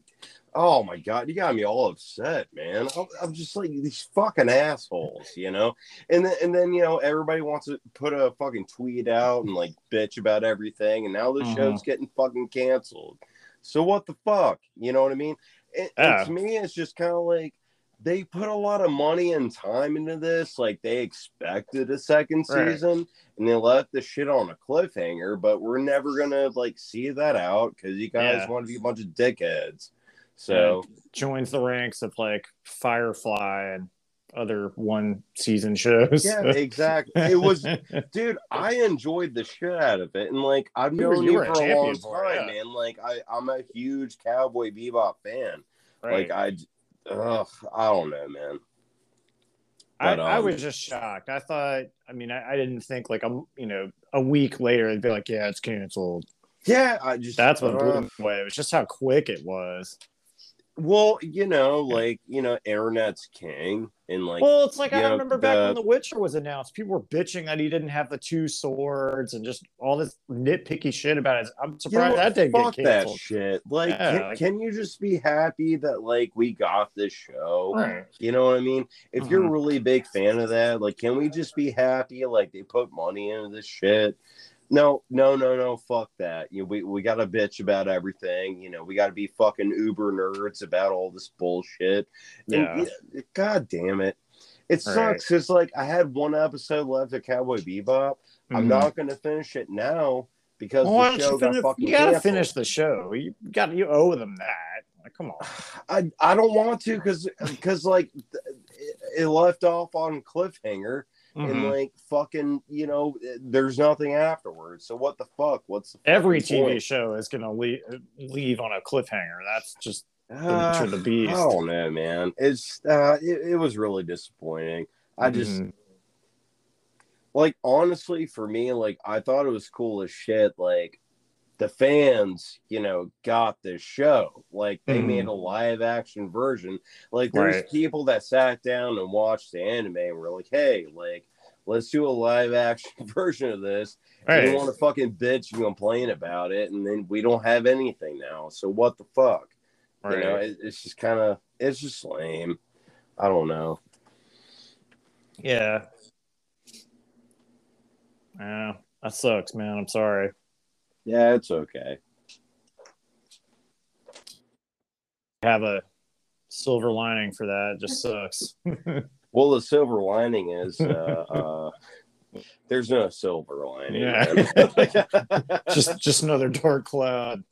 C: oh my God, you got me all upset, man. I'm, I'm just like these fucking assholes, you know. And then and then you know everybody wants to put a fucking tweet out and like bitch about everything, and now the
B: Mhm.
C: show's getting fucking canceled. So what the fuck? You know what I mean? And, and
B: Yeah.
C: to me, it's just kind of like. They put a lot of money and time into this. Like they expected a second
B: Right.
C: season and they left the shit on a cliffhanger, but we're never gonna like see that out because you guys
B: Yeah.
C: want to be a bunch of dickheads. So
B: Joins the ranks of like Firefly and other one season shows.
C: yeah, exactly. It was, dude. I enjoyed the shit out of it, and like I've
B: You were-
C: known
B: you
C: you,
B: were a
C: for a long
B: champion for it,
C: time,
B: yeah.
C: man. Like I, I'm a huge Cowboy Bebop fan.
B: Right.
C: Like I, ugh, I don't know, man.
B: I,
C: But,
B: I
C: um,
B: was just shocked. I thought, I mean, I, I didn't think like a you know a week later they'd be like, yeah, it's canceled.
C: Yeah, I just
B: That's what blew
C: ugh.
B: me away. It was just how quick it was.
C: Well, you know, like you know, internet's king, and like
B: well, it's like
C: you
B: I
C: know,
B: remember back
C: the-
B: when The Witcher was announced, people were bitching that he didn't have the two swords and just all this nitpicky shit about it. I'm
C: You know
B: surprised
C: what?
B: that didn't
C: Fuck
B: get
C: that
B: canceled.
C: shit. Like,
B: Yeah,
C: can,
B: like-
C: can you just be happy that like we got this show?
B: Right.
C: You know what I mean? If you're a
B: Mhm.
C: really big fan of that, like, can we just be happy? Like, they put money into this shit. No, no, no, no. Fuck that. You know, we we got to bitch about everything. You know, we got to be fucking uber nerds about all this bullshit.
B: Yeah.
C: And, yeah, God damn it. It
B: Right.
C: sucks. It's like I had one episode left of Cowboy Bebop. I'm
B: Mhm.
C: not going to finish it now because
B: Well, why
C: the
B: don't
C: show
B: you,
C: got
B: finish-
C: fucking
B: you gotta
C: canceled.
B: finish the show. You got you owe them that. Like, come on.
C: I, I don't want to because because like th- it, it left off on cliffhanger
B: Mm-hmm.
C: and like fucking you know there's nothing afterwards. So what the fuck? What's the
B: Every
C: fucking
B: TV
C: point?
B: show is gonna leave, leave on a cliffhanger. That's just the
C: Uh,
B: nature of the
C: I
B: beast.
C: don't know, man. It's uh, it, it was really disappointing. I just
B: Mhm.
C: like honestly for me, like I thought it was cool as shit. Like the fans, you know, got this show. Like they
B: Mhm.
C: made a live action version. Like there's
B: Right.
C: people that sat down and watched the anime and were like, hey, like let's do a live action version of this. And
B: Right.
C: You want to fucking bitch and complain about it, and then we don't have anything now. So what the fuck?
B: right.
C: You know, it, it's just kind of it's just lame. I don't know.
B: yeah. Yeah. That sucks, man. I'm sorry.
C: Yeah, it's okay.
B: Have a silver lining for that. It just sucks.
C: Well, the silver lining is uh, uh, there's no silver lining.
B: Yeah.
C: man.
B: just just another dark cloud.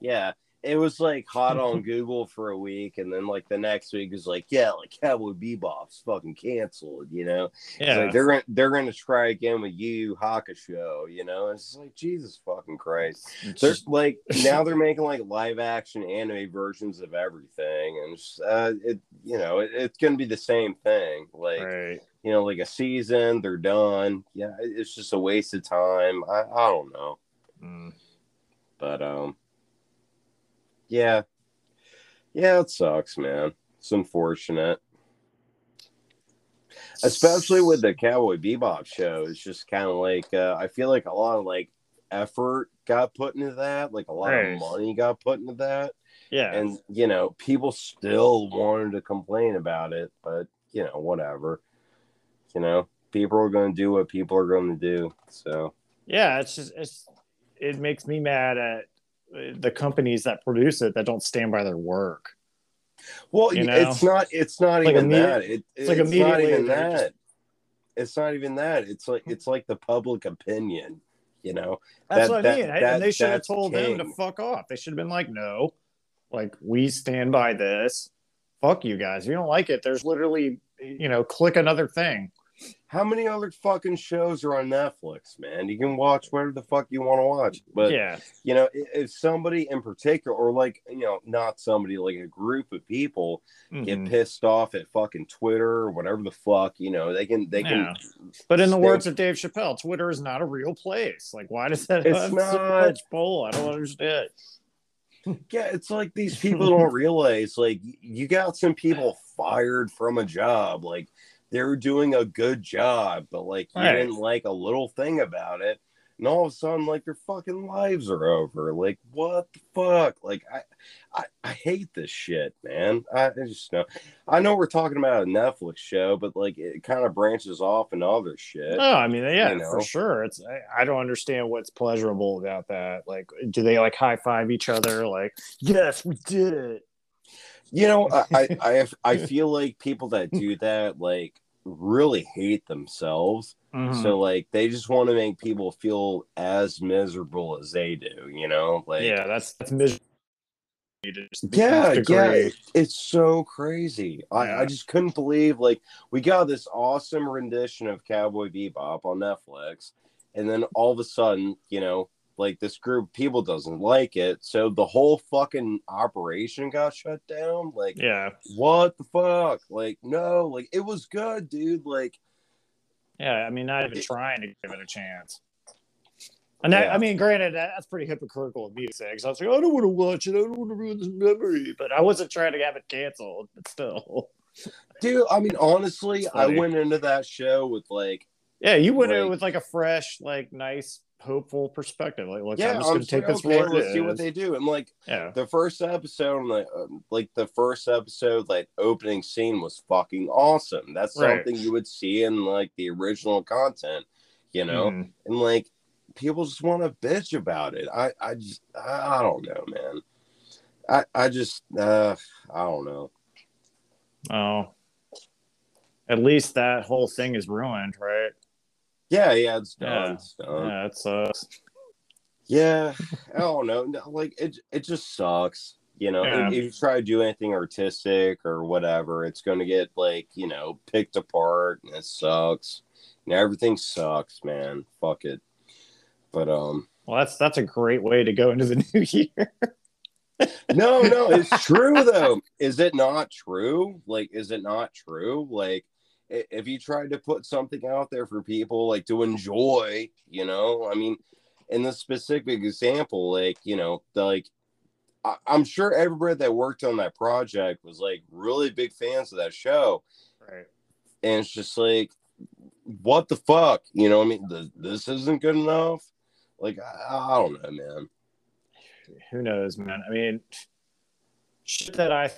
C: yeah, it was like hot on Google for a week, and then like the next week was like, yeah, like Cowboy Bebop's fucking canceled. You know, It's
B: Yeah.
C: like they're gonna they're gonna try again with you Hakusho. You know, it's just like Jesus fucking Christ. They're
B: Just-
C: like now they're making like live action anime versions of everything, and it's, uh, it you know it, it's gonna be the same thing. Like.
B: right.
C: you know, like a season, they're done. Yeah, it- it's just a waste of time. I, I don't know.
B: Mm.
C: But um yeah. Yeah, it sucks, man. It's unfortunate. Especially with the Cowboy Bebop show. It's just kind of like uh, I feel like a lot of like effort got put into that, like a lot
B: Right.
C: of money got put into that.
B: Yeah.
C: And you know, people still wanted to complain about it, but you know, whatever. You know, people are going to do what people are going to do. So
B: yeah it's just it's it makes me mad at uh, the companies that produce it that don't stand by their work
C: Well,
B: You
C: y-
B: know?
C: it's not. It's not
B: Like
C: even
B: immedi-
C: that. It,
B: it's
C: it's
B: like
C: not
B: immediately
C: even
B: they're
C: that.
B: just-
C: It's not even that. It's like it's like the public opinion. You know,
B: that's
C: That-
B: what i
C: that-
B: mean I-
C: that-
B: and they should have
C: that's
B: told them to
C: king.
B: fuck off they should have been like no like we stand by this fuck you guys if you don't like it there's literally you know click another thing
C: how many other fucking shows are on Netflix, man? You can watch whatever the fuck you want to watch. But
B: yeah
C: you know, i- if somebody in particular, or like you know, not somebody, like a group of people,
B: Mhm.
C: get pissed off at fucking Twitter or whatever the fuck, you know, they can they can.
B: but in the
C: stay-
B: words of dave chappelle twitter is not a real place like why does that
C: It's
B: have so
C: not.
B: much pull i don't understand
C: Yeah, it's like these people don't realize like y- you got some people fired from a job. Like they were doing a good job, but like you
B: Right.
C: didn't like a little thing about it. And all of a sudden, like their fucking lives are over. Like what the fuck? Like I, I, I hate this shit, man. I, I just know. I know we're talking about a Netflix show, but like it kind of branches off into other shit.
B: No, I mean, yeah,
C: Uh, You know?
B: for sure. It's I, I don't understand what's pleasurable about that. Like, do they like high five each other? Like, yes, we did it.
C: You know, I I, I, have, I feel like people that do that like really hate themselves.
B: Mm-hmm.
C: So like they just want to make people feel as miserable as they do, you know? Like
B: yeah, that's that's miserable. You just-
C: yeah,
B: that's
C: yeah,
B: degree.
C: it- it's so crazy. I,
B: Yeah.
C: I just couldn't believe like we got this awesome rendition of Cowboy Bebop on Netflix, and then all of a sudden, you know, like this group of people doesn't like it, so the whole fucking operation got shut down. Like
B: yeah,
C: what the fuck? Like no, like it was good, dude. Like
B: yeah. I mean, not even trying to give it a chance. And that,
C: Yeah.
B: I mean, granted, that, that's pretty hypocritical of me to say because I was like, I don't want to watch it. I don't want to ruin this memory. But I wasn't trying to have it canceled. But still,
C: dude, I mean honestly, I
B: Funny.
C: went into that show with like
B: yeah, you went in
C: Like-
B: with like a fresh, like nice, hopeful perspective. Like, look,
C: yeah,
B: I'm just going to take
C: like,
B: this
C: okay,
B: for what it
C: let's see what
B: is.
C: they do. And like
B: Yeah.
C: the first episode, I'm like, um, like the first episode, like opening scene was fucking awesome. That's
B: Right.
C: something you would see in like the original content, you know.
B: Mhm.
C: And like people just want to bitch about it. I, I just, I, I don't know, man. I, I just, uh, I don't know.
B: Oh. At least that whole thing is ruined, right?
C: Yeah, yeah, it's done.
B: Yeah.
C: It's done.
B: yeah, uh, it sucks.
C: Yeah, I don't know. No, Like it, it just sucks. You know,
B: Yeah.
C: if, if you try to do anything artistic or whatever, it's going to get like you know picked apart, and it sucks. And everything sucks, man. Fuck it. But um,
B: Well, that's that's a great way to go into the new year.
C: no, no, it's true though. Is it not true? Like, is it not true? Like, i- if you tried to put something out there for people like to enjoy, you know, I mean, in this specific example, like, you know, like I- I'm sure everybody that worked on that project was like really big fans of that show
B: Right.
C: and it's just like what the fuck you know what i mean Th- this isn't good enough like i, I don't know man
B: Who knows, man? I mean, shit that I,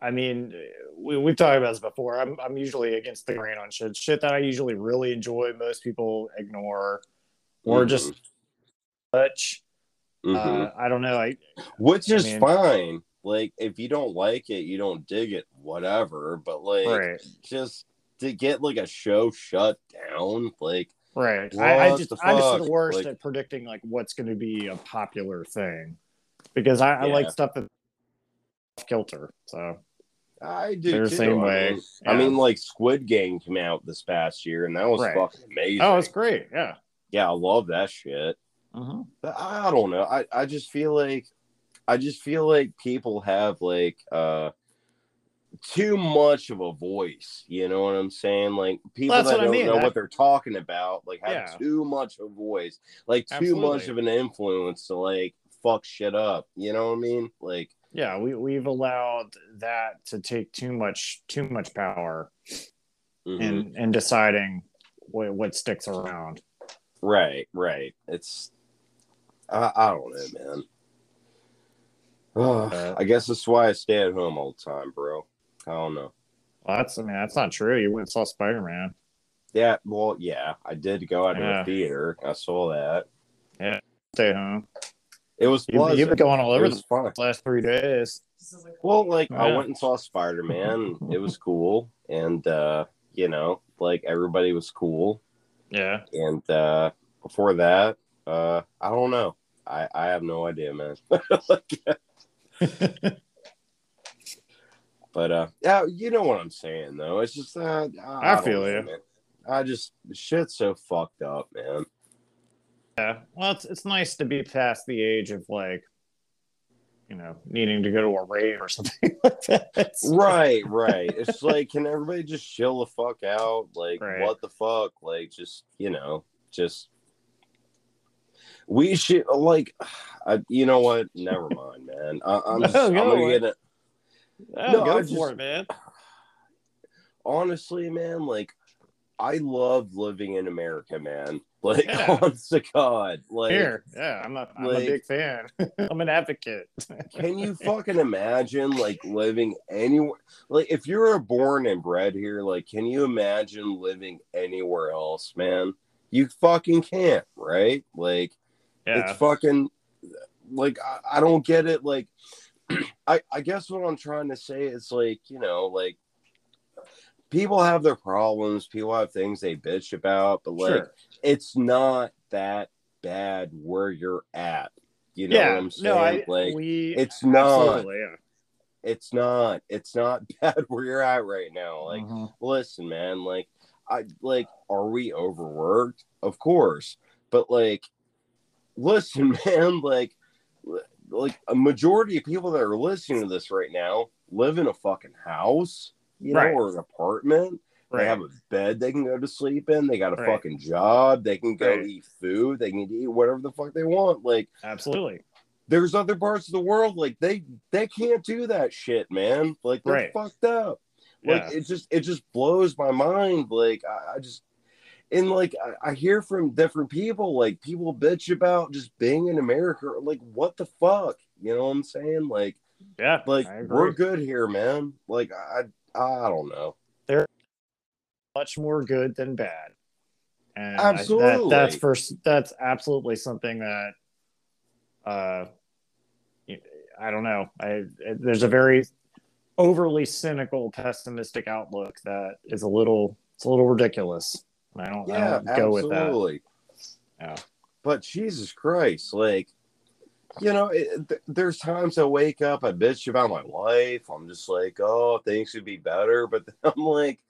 B: I mean, we we've talked about this before. I'm I'm usually against the grain on shit. Shit that I usually really enjoy, most people ignore
C: Mm-hmm.
B: or just touch.
C: Mhm. Mhm.
B: Uh, I don't know. I
C: which
B: I
C: is
B: mean-
C: fine like if you don't like it you don't dig it whatever but like
B: right,
C: just to get like a show shut down like
B: right. I, I
C: What
B: just
C: the
B: I'm just
C: fuck?
B: the worst
C: Like-
B: at predicting like what's going to be a popular thing because I, I like
C: Yeah.
B: stuff that's off kilter. So
C: i do
B: They're the
C: too.
B: same
C: I
B: way.
C: mean, I
B: Yeah.
C: mean like squid game came out this past year and that was
B: Right.
C: fucking amazing
B: oh, it's great. Yeah.
C: yeah i love that shit But I don't know. I, I just feel like I just feel like people have like uh too much of a voice. You know what I'm saying? Like people
B: That's
C: that
B: what I
C: don't
B: mean.
C: know
B: That-
C: what they're talking about, like have
B: Yeah.
C: too much of a voice, like too much
B: Absolutely.
C: of an influence to like fuck shit up. You know what I mean? Like
B: Yeah, we we've allowed that to take too much too much power
C: mhm.
B: in in deciding what, what sticks around.
C: right, right. It's I, I don't know, man. Ugh,
B: Uh,
C: I guess that's why I stay at home all the time, bro. I don't know.
B: Well, that's I mean that's not true. You went and saw Spider Man.
C: Yeah, well, yeah, I did go out to
B: Yeah.
C: a theater. I saw that.
B: Stay home.
C: It was
B: You,
C: pleasant.
B: you've been going all
C: it
B: over
C: was
B: the
C: fun.
B: last three days.
C: Well, like I
B: Yeah.
C: went and saw Spider Man. it was cool, and uh, you know, like everybody was cool.
B: Yeah.
C: And uh, before that, uh, I don't know. I I have no idea, man. but uh, yeah, you know what I'm saying, though. It's just uh, I,
B: I
C: don't
B: feel
C: know,
B: you.
C: man. I just shit's so fucked up, man.
B: Yeah. Well, it's it's nice to be past the age of like, you know, needing to go to a rave or something like that.
C: Right, right. It's like, can everybody just chill the fuck out? Like,
B: Right.
C: what the fuck? Like, just you know, just We should like, I, you know what? Never mind, man. I, I'm,
B: No,
C: just, I'm
B: go
C: gonna
B: away.
C: get it.
B: Yeah,
C: No,
B: go for
C: I just-
B: it, man.
C: Honestly, man, like, I love living in America, man. Like,
B: Yeah.
C: honest to God, like,
B: Here, yeah, I'm a, I'm a
C: Like-
B: big fan. I'm an advocate.
C: can you fucking imagine like living anywhere? Like, if you're born and bred here, like, can you imagine living anywhere else, man? You fucking can't, right? Like.
B: Yeah,
C: It's fucking like I, I don't get it. Like I I guess what I'm trying to say is like you know like people have their problems, people have things they bitch about, but like
B: sure.
C: it's not that bad where you're at. You know what
B: yeah,
C: I'm saying?
B: no, I
C: like
B: we
C: it's not.
B: absolutely, yeah.
C: It's not. It's not bad where you're at right
B: Mm.
C: now. Like listen, man, like I like are we overworked? Of course. But like listen, man, like li- like a majority of people that are listening to this right now live in a fucking house, you
B: Right.
C: know, or an apartment. They
B: right.
C: have a bed they can go to sleep in. They got a
B: Right.
C: fucking job. They can go
B: Right.
C: eat food. They can eat whatever the fuck they want. Like
B: absolutely.
C: there's other parts of the world like they they can't do that shit man like they're
B: Right.
C: fucked up like
B: Yeah.
C: it just it just blows my mind like i, I just and like I, I hear from different people like people bitch about just being in america like what the fuck you know what i'm saying like
B: Yeah,
C: like
B: I agree.
C: we're good here man like i i don't know
B: much more good than bad. And I- that,
C: Absolutely.
B: that's first. That's absolutely something that, uh, y- I don't know. I there's a very overly cynical, pessimistic outlook that is a little. It's a little ridiculous. I don't, I
C: yeah
B: don't go with that.
C: absolutely
B: Yeah.
C: but jesus christ like you know, it, th- there's times I wake up, I bitch about my life. I'm just like, oh, things could be better. But then I'm like,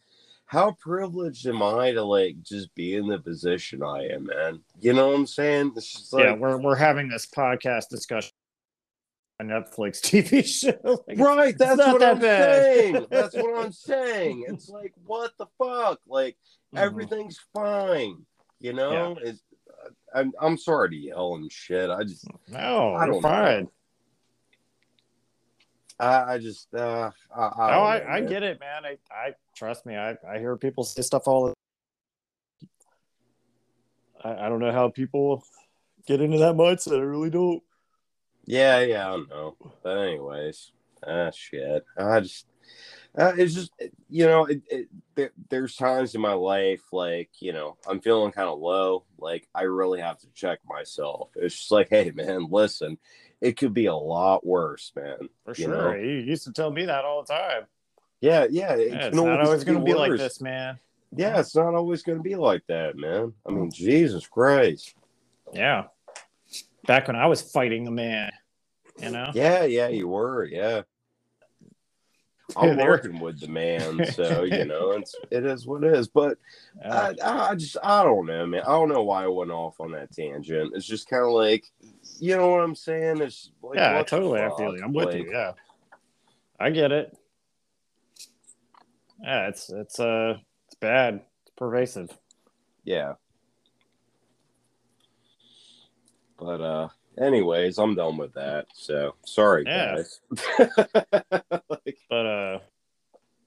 C: how privileged am I to like just be in the position I am, man? You know what I'm saying? It's just like,
B: yeah, we're we're having this podcast discussion. A Netflix TV show. Like,
C: right. That's
B: not
C: what
B: that
C: I'm
B: bad.
C: saying. That's what I'm saying. It's like, what the fuck? Like
B: Mm-hmm.
C: everything's fine. You know? It's, uh, I'm I'm sorry to yell and shit. I just
B: No,
C: I
B: you're
C: don't
B: fine.
C: I, I just uh I,
B: no,
C: I, don't know,
B: I, I
C: man.
B: get it, man. I, I trust me. I, I hear people say stuff all. I, I don't know how people get into that mindset. I really don't.
C: Yeah, yeah, I don't know. But anyways, ah, shit. I just, uh, it's just, you know, it, it, there, there's times in my life like, you know, I'm feeling kind of low. Like I really have to check myself. It's just like, hey, man, listen, it could be a lot worse, man.
B: For
C: You
B: sure. You used to tell me that all the time.
C: Yeah, yeah. It
B: Yeah,
C: can
B: it's not
C: always
B: always going to be like
C: worse.
B: this, man.
C: Yeah, it's not always going to be like that, man. I mean,
B: Mm.
C: Jesus Christ.
B: Yeah. Back when I was fighting the man, you know.
C: Yeah, yeah, you were. Yeah. I'm
B: They're-
C: working with the man, so you know it's it is what it is. But
B: Uh,
C: I, I I just I don't know, man. I don't know why I went off on that tangent. It's just kind of like, you know what I'm saying? It's like,
B: yeah,
C: what the
B: totally. I
C: fuck?
B: feel you. I'm with you.
C: Like,
B: Yeah, I get it. Yeah, it's it's uh it's bad. It's pervasive.
C: Yeah. But uh, anyways, I'm done with that. So sorry,
B: Yeah.
C: guys.
B: But uh,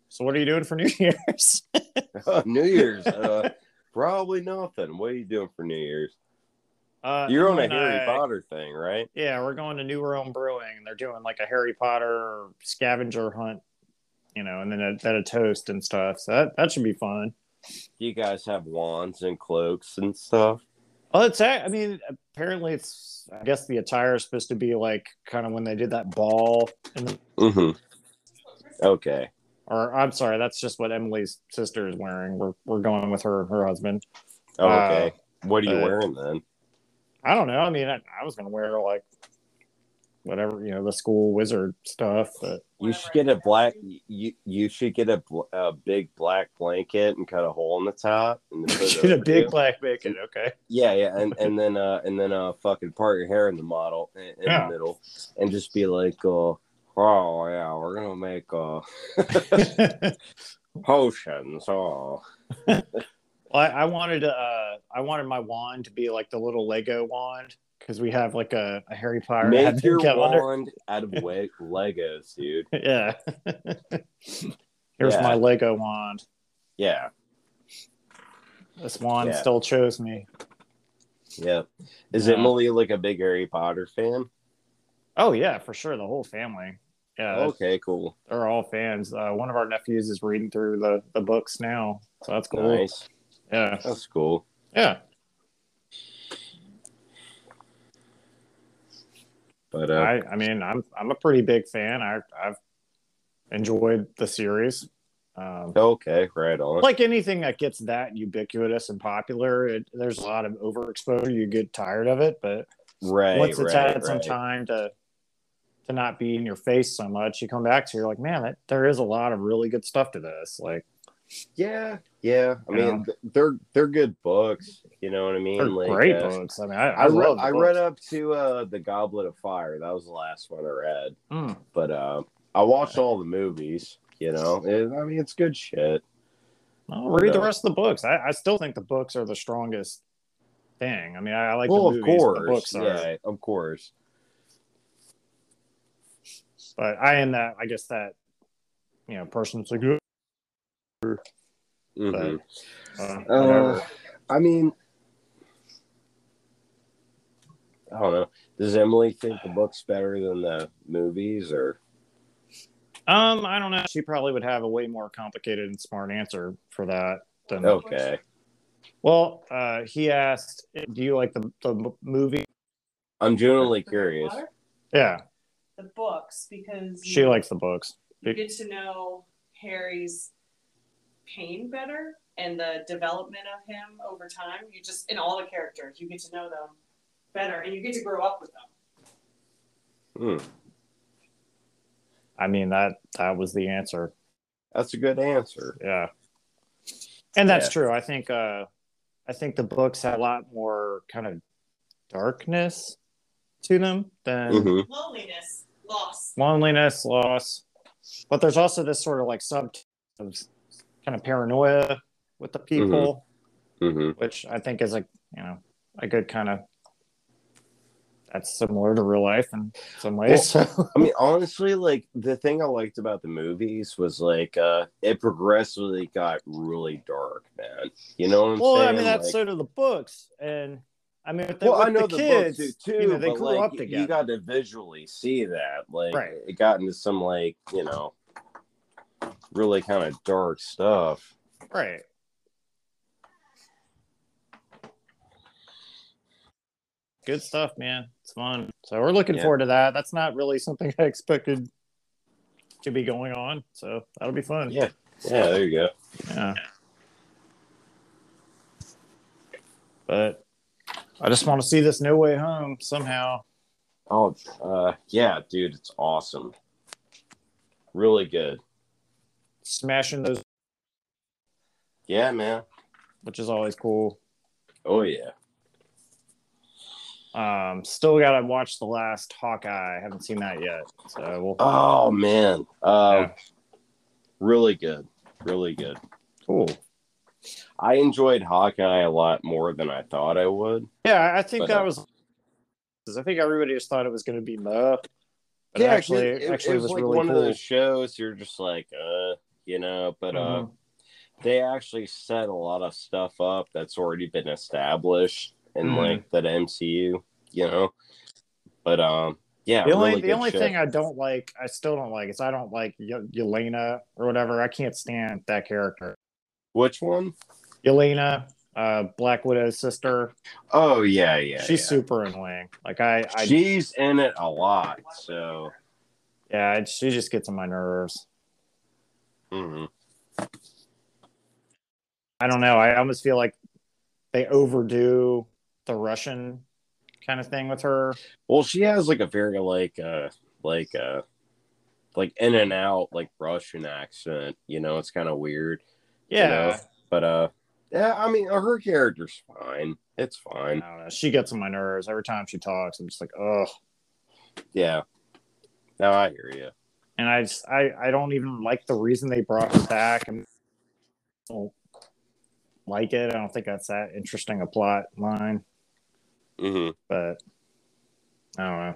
B: so what are you doing for New Year's?
C: New Year's, uh, probably nothing. What are you doing for New Year's?
B: Uh,
C: You're on a
B: Emily and
C: Harry
B: I-
C: Potter thing, right?
B: Yeah, we're going to New Realm Brewing, and they're doing like a Harry Potter scavenger hunt, you know, and then a, then a toast and stuff. So that, that should be fun.
C: You guys have wands and cloaks and stuff.
B: Well, it's a- I mean, apparently it's I guess the attire is supposed to be like kind of when they did that ball, and the,
C: Mm-hmm. Okay.
B: or I'm sorry, that's just what Emily's sister is wearing. We're we're going with her her husband.
C: Oh,
B: Uh,
C: okay. What are you
B: but-
C: wearing then?
B: I don't know. I mean, I, I was gonna wear like whatever you know the school wizard stuff, but
C: You should get a black. You you should get a, bl- a big black blanket and cut a hole in the top. And then put it
B: get a
C: over
B: big
C: you.
B: black bacon. Okay.
C: Yeah, yeah, and, and then uh and then uh fucking part your hair in the model in, in
B: Yeah.
C: the middle, and just be like, uh, oh yeah, we're gonna make uh potions. Oh,
B: Well, I, I wanted to, uh, I wanted my wand to be like the little Lego wand because we have like a, a Harry Potter
C: Make
B: advent
C: your
B: calendar.
C: wand out of we- Legos, dude.
B: Yeah. Here's
C: Yeah.
B: my Lego wand.
C: Yeah,
B: This wand
C: Yeah.
B: still chose me.
C: yeah. Is
B: Yeah.
C: Emily like a big Harry Potter fan?
B: Oh yeah, for sure. The whole family. Yeah,
C: okay, cool.
B: they're all fans. Uh, one of our nephews is reading through the, the books now, so that's cool.
C: Nice. Oh.
B: Yeah,
C: That's cool.
B: yeah.
C: But uh,
B: I, I mean, I'm I'm a pretty big fan. I I've enjoyed the series. Um,
C: okay, right on.
B: like anything that gets that ubiquitous and popular, it, there's a lot of overexposure. You get tired of it, but
C: right.
B: once it's
C: right,
B: had some
C: right.
B: time to to not be in your face so much, you come back to it, you're like, man, that, there is a lot of really good stuff to this. Like,
C: Yeah, yeah. I
B: You
C: mean, th- they're they're good books. You know what I mean?
B: they're
C: Like,
B: great
C: uh,
B: books. I mean, I, I,
C: I read
B: love.
C: I read up to uh the Goblet of Fire. That was the last one I read.
B: Mm.
C: But uh, I watched all the movies. You know, And, I mean, it's good shit.
B: I'll read the
C: uh,
B: rest of the books. I, I still think the books are the strongest thing. I mean, I, I like
C: well,
B: the
C: of
B: movies, but
C: course,
B: the books are.
C: yeah, of course.
B: But I am that. I guess that you know, person's like, uh, Mm-hmm.
C: Mhm.
B: whatever.
C: Uh, I mean, I don't know. Does Emily think the book's better than the movies, or
B: Um, I don't know. She probably would have a way more complicated and smart answer for that than
C: Oh. okay?
B: Well, uh, he asked, "Do you like the the m- movie?"
C: I'm genuinely curious.
B: Yeah,
D: The books, because
B: she likes the books.
D: you get to know Harry's pain better and the development of him over time. You just, in all the characters, you get to know them better and you get to grow up with them.
C: Hmm,
B: I mean that that was the answer.
C: that's a good answer.
B: Yeah, and that's
C: Yeah.
B: true. I think uh, I think the books had a lot more kind of darkness to them than
C: hmm
D: Loneliness, loss.
B: loneliness, loss, but there's also this sort of like sub of kind of paranoia with the people.
C: hmm
B: which I think is a you know a good kind of that's similar to real life in some ways.
C: I mean, honestly, like the thing I liked about the movies was like uh it progressively got really dark, man. You know what I'm
B: well,
C: saying?
B: I mean that's
C: Like-
B: so do the books, and I mean with the,
C: well,
B: with
C: I know
B: the
C: the,
B: kids,
C: books do too.
B: too, you know, they
C: but,
B: grew
C: like,
B: up together.
C: You got to visually see that. Like
B: Right.
C: it got into some like you know really kind of dark stuff.
B: right. Good stuff, man. It's fun. So we're looking
C: Yeah.
B: forward to that. That's not really something I expected to be going on. So that'll be fun.
C: Yeah. Yeah, there you go.
B: Yeah. But I just want to see this No Way Home somehow.
C: Oh, uh, yeah, dude, it's awesome. Really good.
B: Smashing those,
C: Yeah, man.
B: which is always cool.
C: Oh yeah.
B: Um, still got to watch the last Hawkeye. I haven't seen that yet. So we'll,
C: Oh man. Uh,
B: Yeah.
C: Really good. Really good.
B: cool.
C: I enjoyed Hawkeye a lot more than I thought I would.
B: Yeah, I think
C: But,
B: that
C: uh,
B: was. 'cause I think everybody just thought it was going to be meh. But
C: Yeah,
B: actually,
C: it- it-
B: actually,
C: it
B: was,
C: like
B: really
C: one
B: cool.
C: of those shows you're just like, uh, you know, but uh,
B: Mhm.
C: they actually set a lot of stuff up that's already been established in
B: Mhm.
C: like the MCU, you know. But um, yeah,
B: the only
C: really
B: the
C: good
B: only
C: show.
B: thing I don't like, I still don't like, is I don't like y- Yelena or whatever. I can't stand that character.
C: Which one?
B: Yelena, uh, Black Widow's sister.
C: Oh yeah, yeah.
B: she's
C: yeah.
B: super annoying. Like I, I
C: She's in it a lot, so.
B: yeah, I- she just gets on my nerves.
C: mhm.
B: I don't know. I almost feel like they overdo the Russian kind of thing with her.
C: Well, she has like a very like uh like uh like in and out like Russian accent. You know, it's kind of weird. you
B: Yeah,
C: know? But uh, yeah, I mean, her character's fine. It's fine.
B: I don't know. She gets on my nerves every time she talks. I'm just like, ugh.
C: Yeah. No, I hear you.
B: And I just, I, I don't even like the reason they brought her back. And I don't like it. I don't think that's that interesting a plot line.
C: Mm-hmm.
B: But I don't know.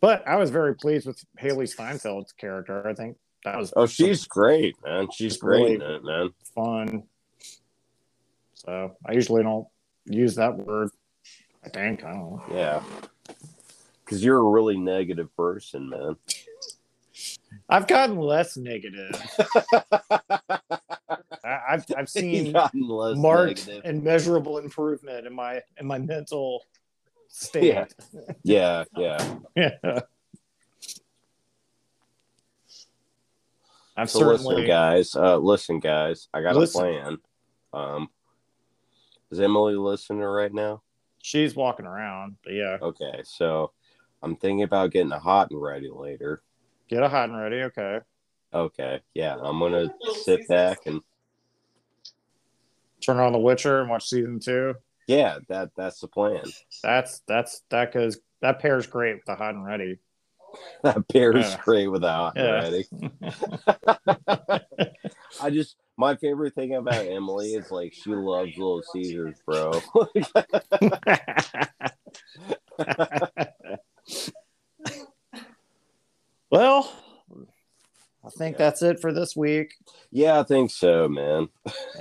B: But I was very pleased with Haley Steinfeld's character. I think that was
C: Oh, she's great, man. She's great in it, man.
B: fun. So I usually don't use that word. I think I don't know.
C: Yeah. Because you're a really negative person, man.
B: I've gotten less negative. I, I've I've
C: You've
B: seen
C: gotten less
B: marked
C: negative.
B: and measurable improvement in my in my mental
C: Yeah.
B: state.
C: Yeah, yeah.
B: Yeah. I've
C: So listen,
B: certainly
C: guys. Uh, listen, guys. I got
B: Listen.
C: a plan. Um, is Emily listening right now?
B: she's walking around, but yeah,
C: Okay, so I'm thinking about getting a hot and ready later.
B: get a hot and ready. Okay,
C: Okay, yeah. I'm gonna sit back and
B: turn on The Witcher and watch season two.
C: yeah, that that's the plan.
B: That's that's that goes that pairs great with the hot and ready.
C: That pair is
B: Yeah.
C: great with a hot and
B: Yeah.
C: ready. I just my favorite thing about Emily is like she loves Little Caesars, bro.
B: well, I think
C: Yeah.
B: that's it for this week.
C: yeah, I think so, man.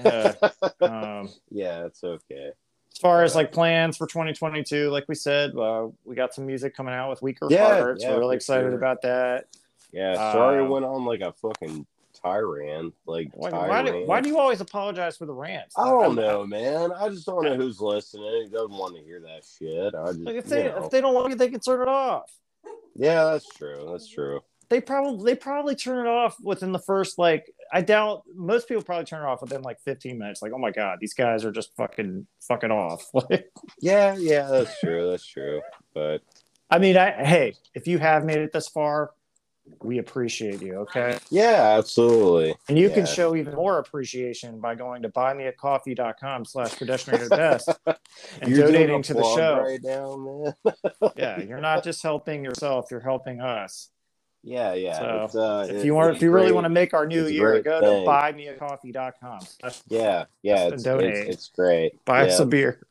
B: Yeah. um,
C: Yeah, it's okay.
B: as far as like plans for 2022 like we said uh, we got some music coming out with weaker
C: Yeah,
B: hearts
C: yeah,
B: we're really
C: for
B: excited
C: sure.
B: about that
C: Yeah, sorry, I
B: Um,
C: went on like a fucking tyrant. Like,
B: why,
C: tyrant.
B: why, do, why do you always apologize for the rants
C: I don't know, man. I just don't know who's listening. Who doesn't want to hear that shit? I just,
B: like if
C: you
B: they
C: know.
B: if they don't like it they can turn it off
C: yeah, that's true. That's true.
B: they probably they probably turn it off within the first like i doubt most people probably turn it off within like 15 minutes like oh my god these guys are just fucking fucking off like
C: Yeah, yeah, that's true. That's true. But
B: i mean i hey if you have made it this far we appreciate you okay
C: yeah, absolutely.
B: And you
C: Yeah.
B: can show even more appreciation by going to buymeacoffee.com slash pedestrian best and
C: You're doing
B: donating
C: a
B: to the
C: vlog
B: show.
C: right now, man.
B: Yeah, you're not just helping yourself, you're helping us.
C: Yeah, yeah.
B: So,
C: it's, uh,
B: If
C: it-
B: you want
C: it's
B: if you really
C: great.
B: want to make our new
C: It's a
B: year,
C: great
B: go
C: thing.
B: to buymeacoffee.com. slash
C: yeah, yeah,
B: Just
C: it's,
B: to
C: it's,
B: donate.
C: it's great.
B: Buy
C: yeah,
B: us a beer.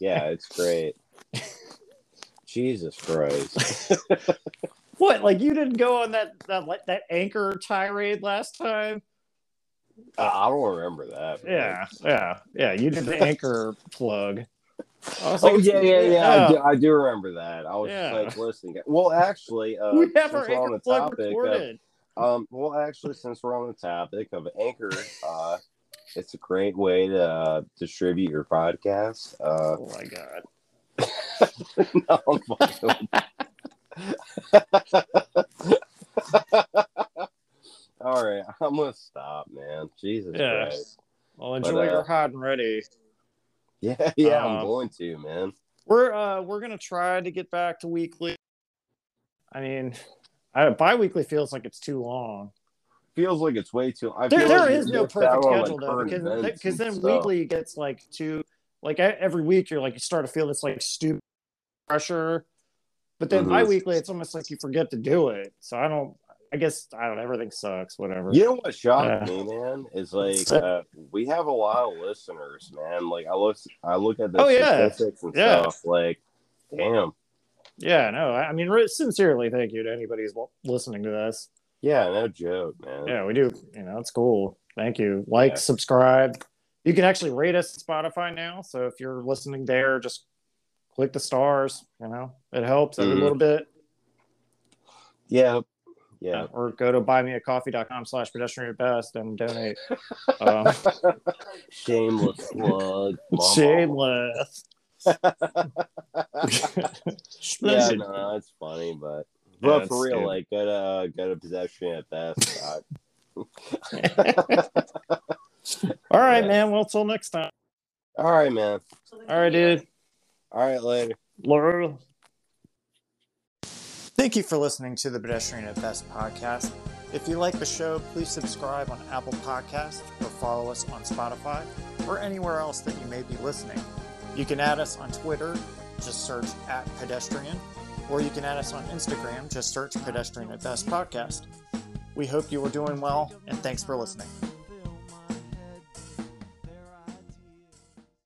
C: yeah, it's great. Jesus Christ.
B: What? Like you didn't go on that that like, that anchor tirade last time?
C: I I don't remember that. man.
B: Yeah, yeah, yeah. You did the anchor plug. I was
C: Oh
B: like,
C: yeah, yeah, yeah. I,
B: yeah.
C: do, I do remember that. I was
B: Oh. Yeah.
C: just like listening. Well, actually, uh,
B: we
C: since
B: have our
C: we're on
B: anchor
C: the
B: plug
C: topic,
B: recorded.
C: of- um, well, actually, since we're on the topic of Anchor, uh, it's a great way to uh, distribute your podcast. Uh,
B: oh my god.
C: no, I'm fucking- All right, I'm gonna stop, man. Jesus
B: Yeah.
C: Christ.
B: Well,
C: But,
B: enjoy
C: uh,
B: your hot and ready.
C: Yeah, yeah,
B: Um,
C: I'm going to, man.
B: We're uh we're gonna try to get back to weekly. I mean, I, bi-weekly feels like it's too long.
C: Feels like it's way too. I
B: There,
C: feel
B: there
C: like
B: is
C: we
B: no
C: missed out
B: perfect
C: on, like,
B: schedule though,
C: current
B: because
C: events
B: because
C: and
B: then
C: stuff.
B: weekly gets like too like e- every week you're like you start to feel this like stupid pressure, but then
C: Mhm.
B: bi-weekly it's almost like you forget to do it. So I don't. I guess I don't. Everything sucks. Whatever.
C: You know what shocked
B: Uh,
C: me, man, is like uh, we have a lot of listeners, man. Like I look, I look at the
B: Oh, yeah.
C: statistics and
B: Yeah.
C: stuff. Like, damn,
B: Yeah. No. I I mean, re- sincerely, thank you to anybody who's w- listening to this.
C: yeah, no joke, man.
B: Yeah, we do. You know, it's cool. Thank you. Like,
C: Yeah.
B: subscribe. You can actually rate us on Spotify now. So if you're listening there, just click the stars. You know, it helps every
C: Mhm.
B: little bit.
C: Yeah, yeah.
B: Or go to buymeacoffee.com slash pedestrian at best and donate. um,
C: Shameless plug, mama.
B: shameless.
C: Yeah,
B: Splendid.
C: no, that's funny, but
B: Yeah,
C: but
B: it's
C: for real,
B: stupid.
C: like go to uh, go to possession at best. uh,
B: All right,
C: Yeah.
B: man. Well, till next time.
C: all right, man.
B: All right, dude.
C: All right, later.
B: Laurel.
A: Thank you for listening to the Pedestrian at Best podcast. If you like the show, please subscribe on Apple Podcasts or follow us on Spotify or anywhere else that you may be listening. You can add us on Twitter, just search at pedestrian, or you can add us on Instagram, just search pedestrian at best podcast. We hope you are doing well, and thanks for listening.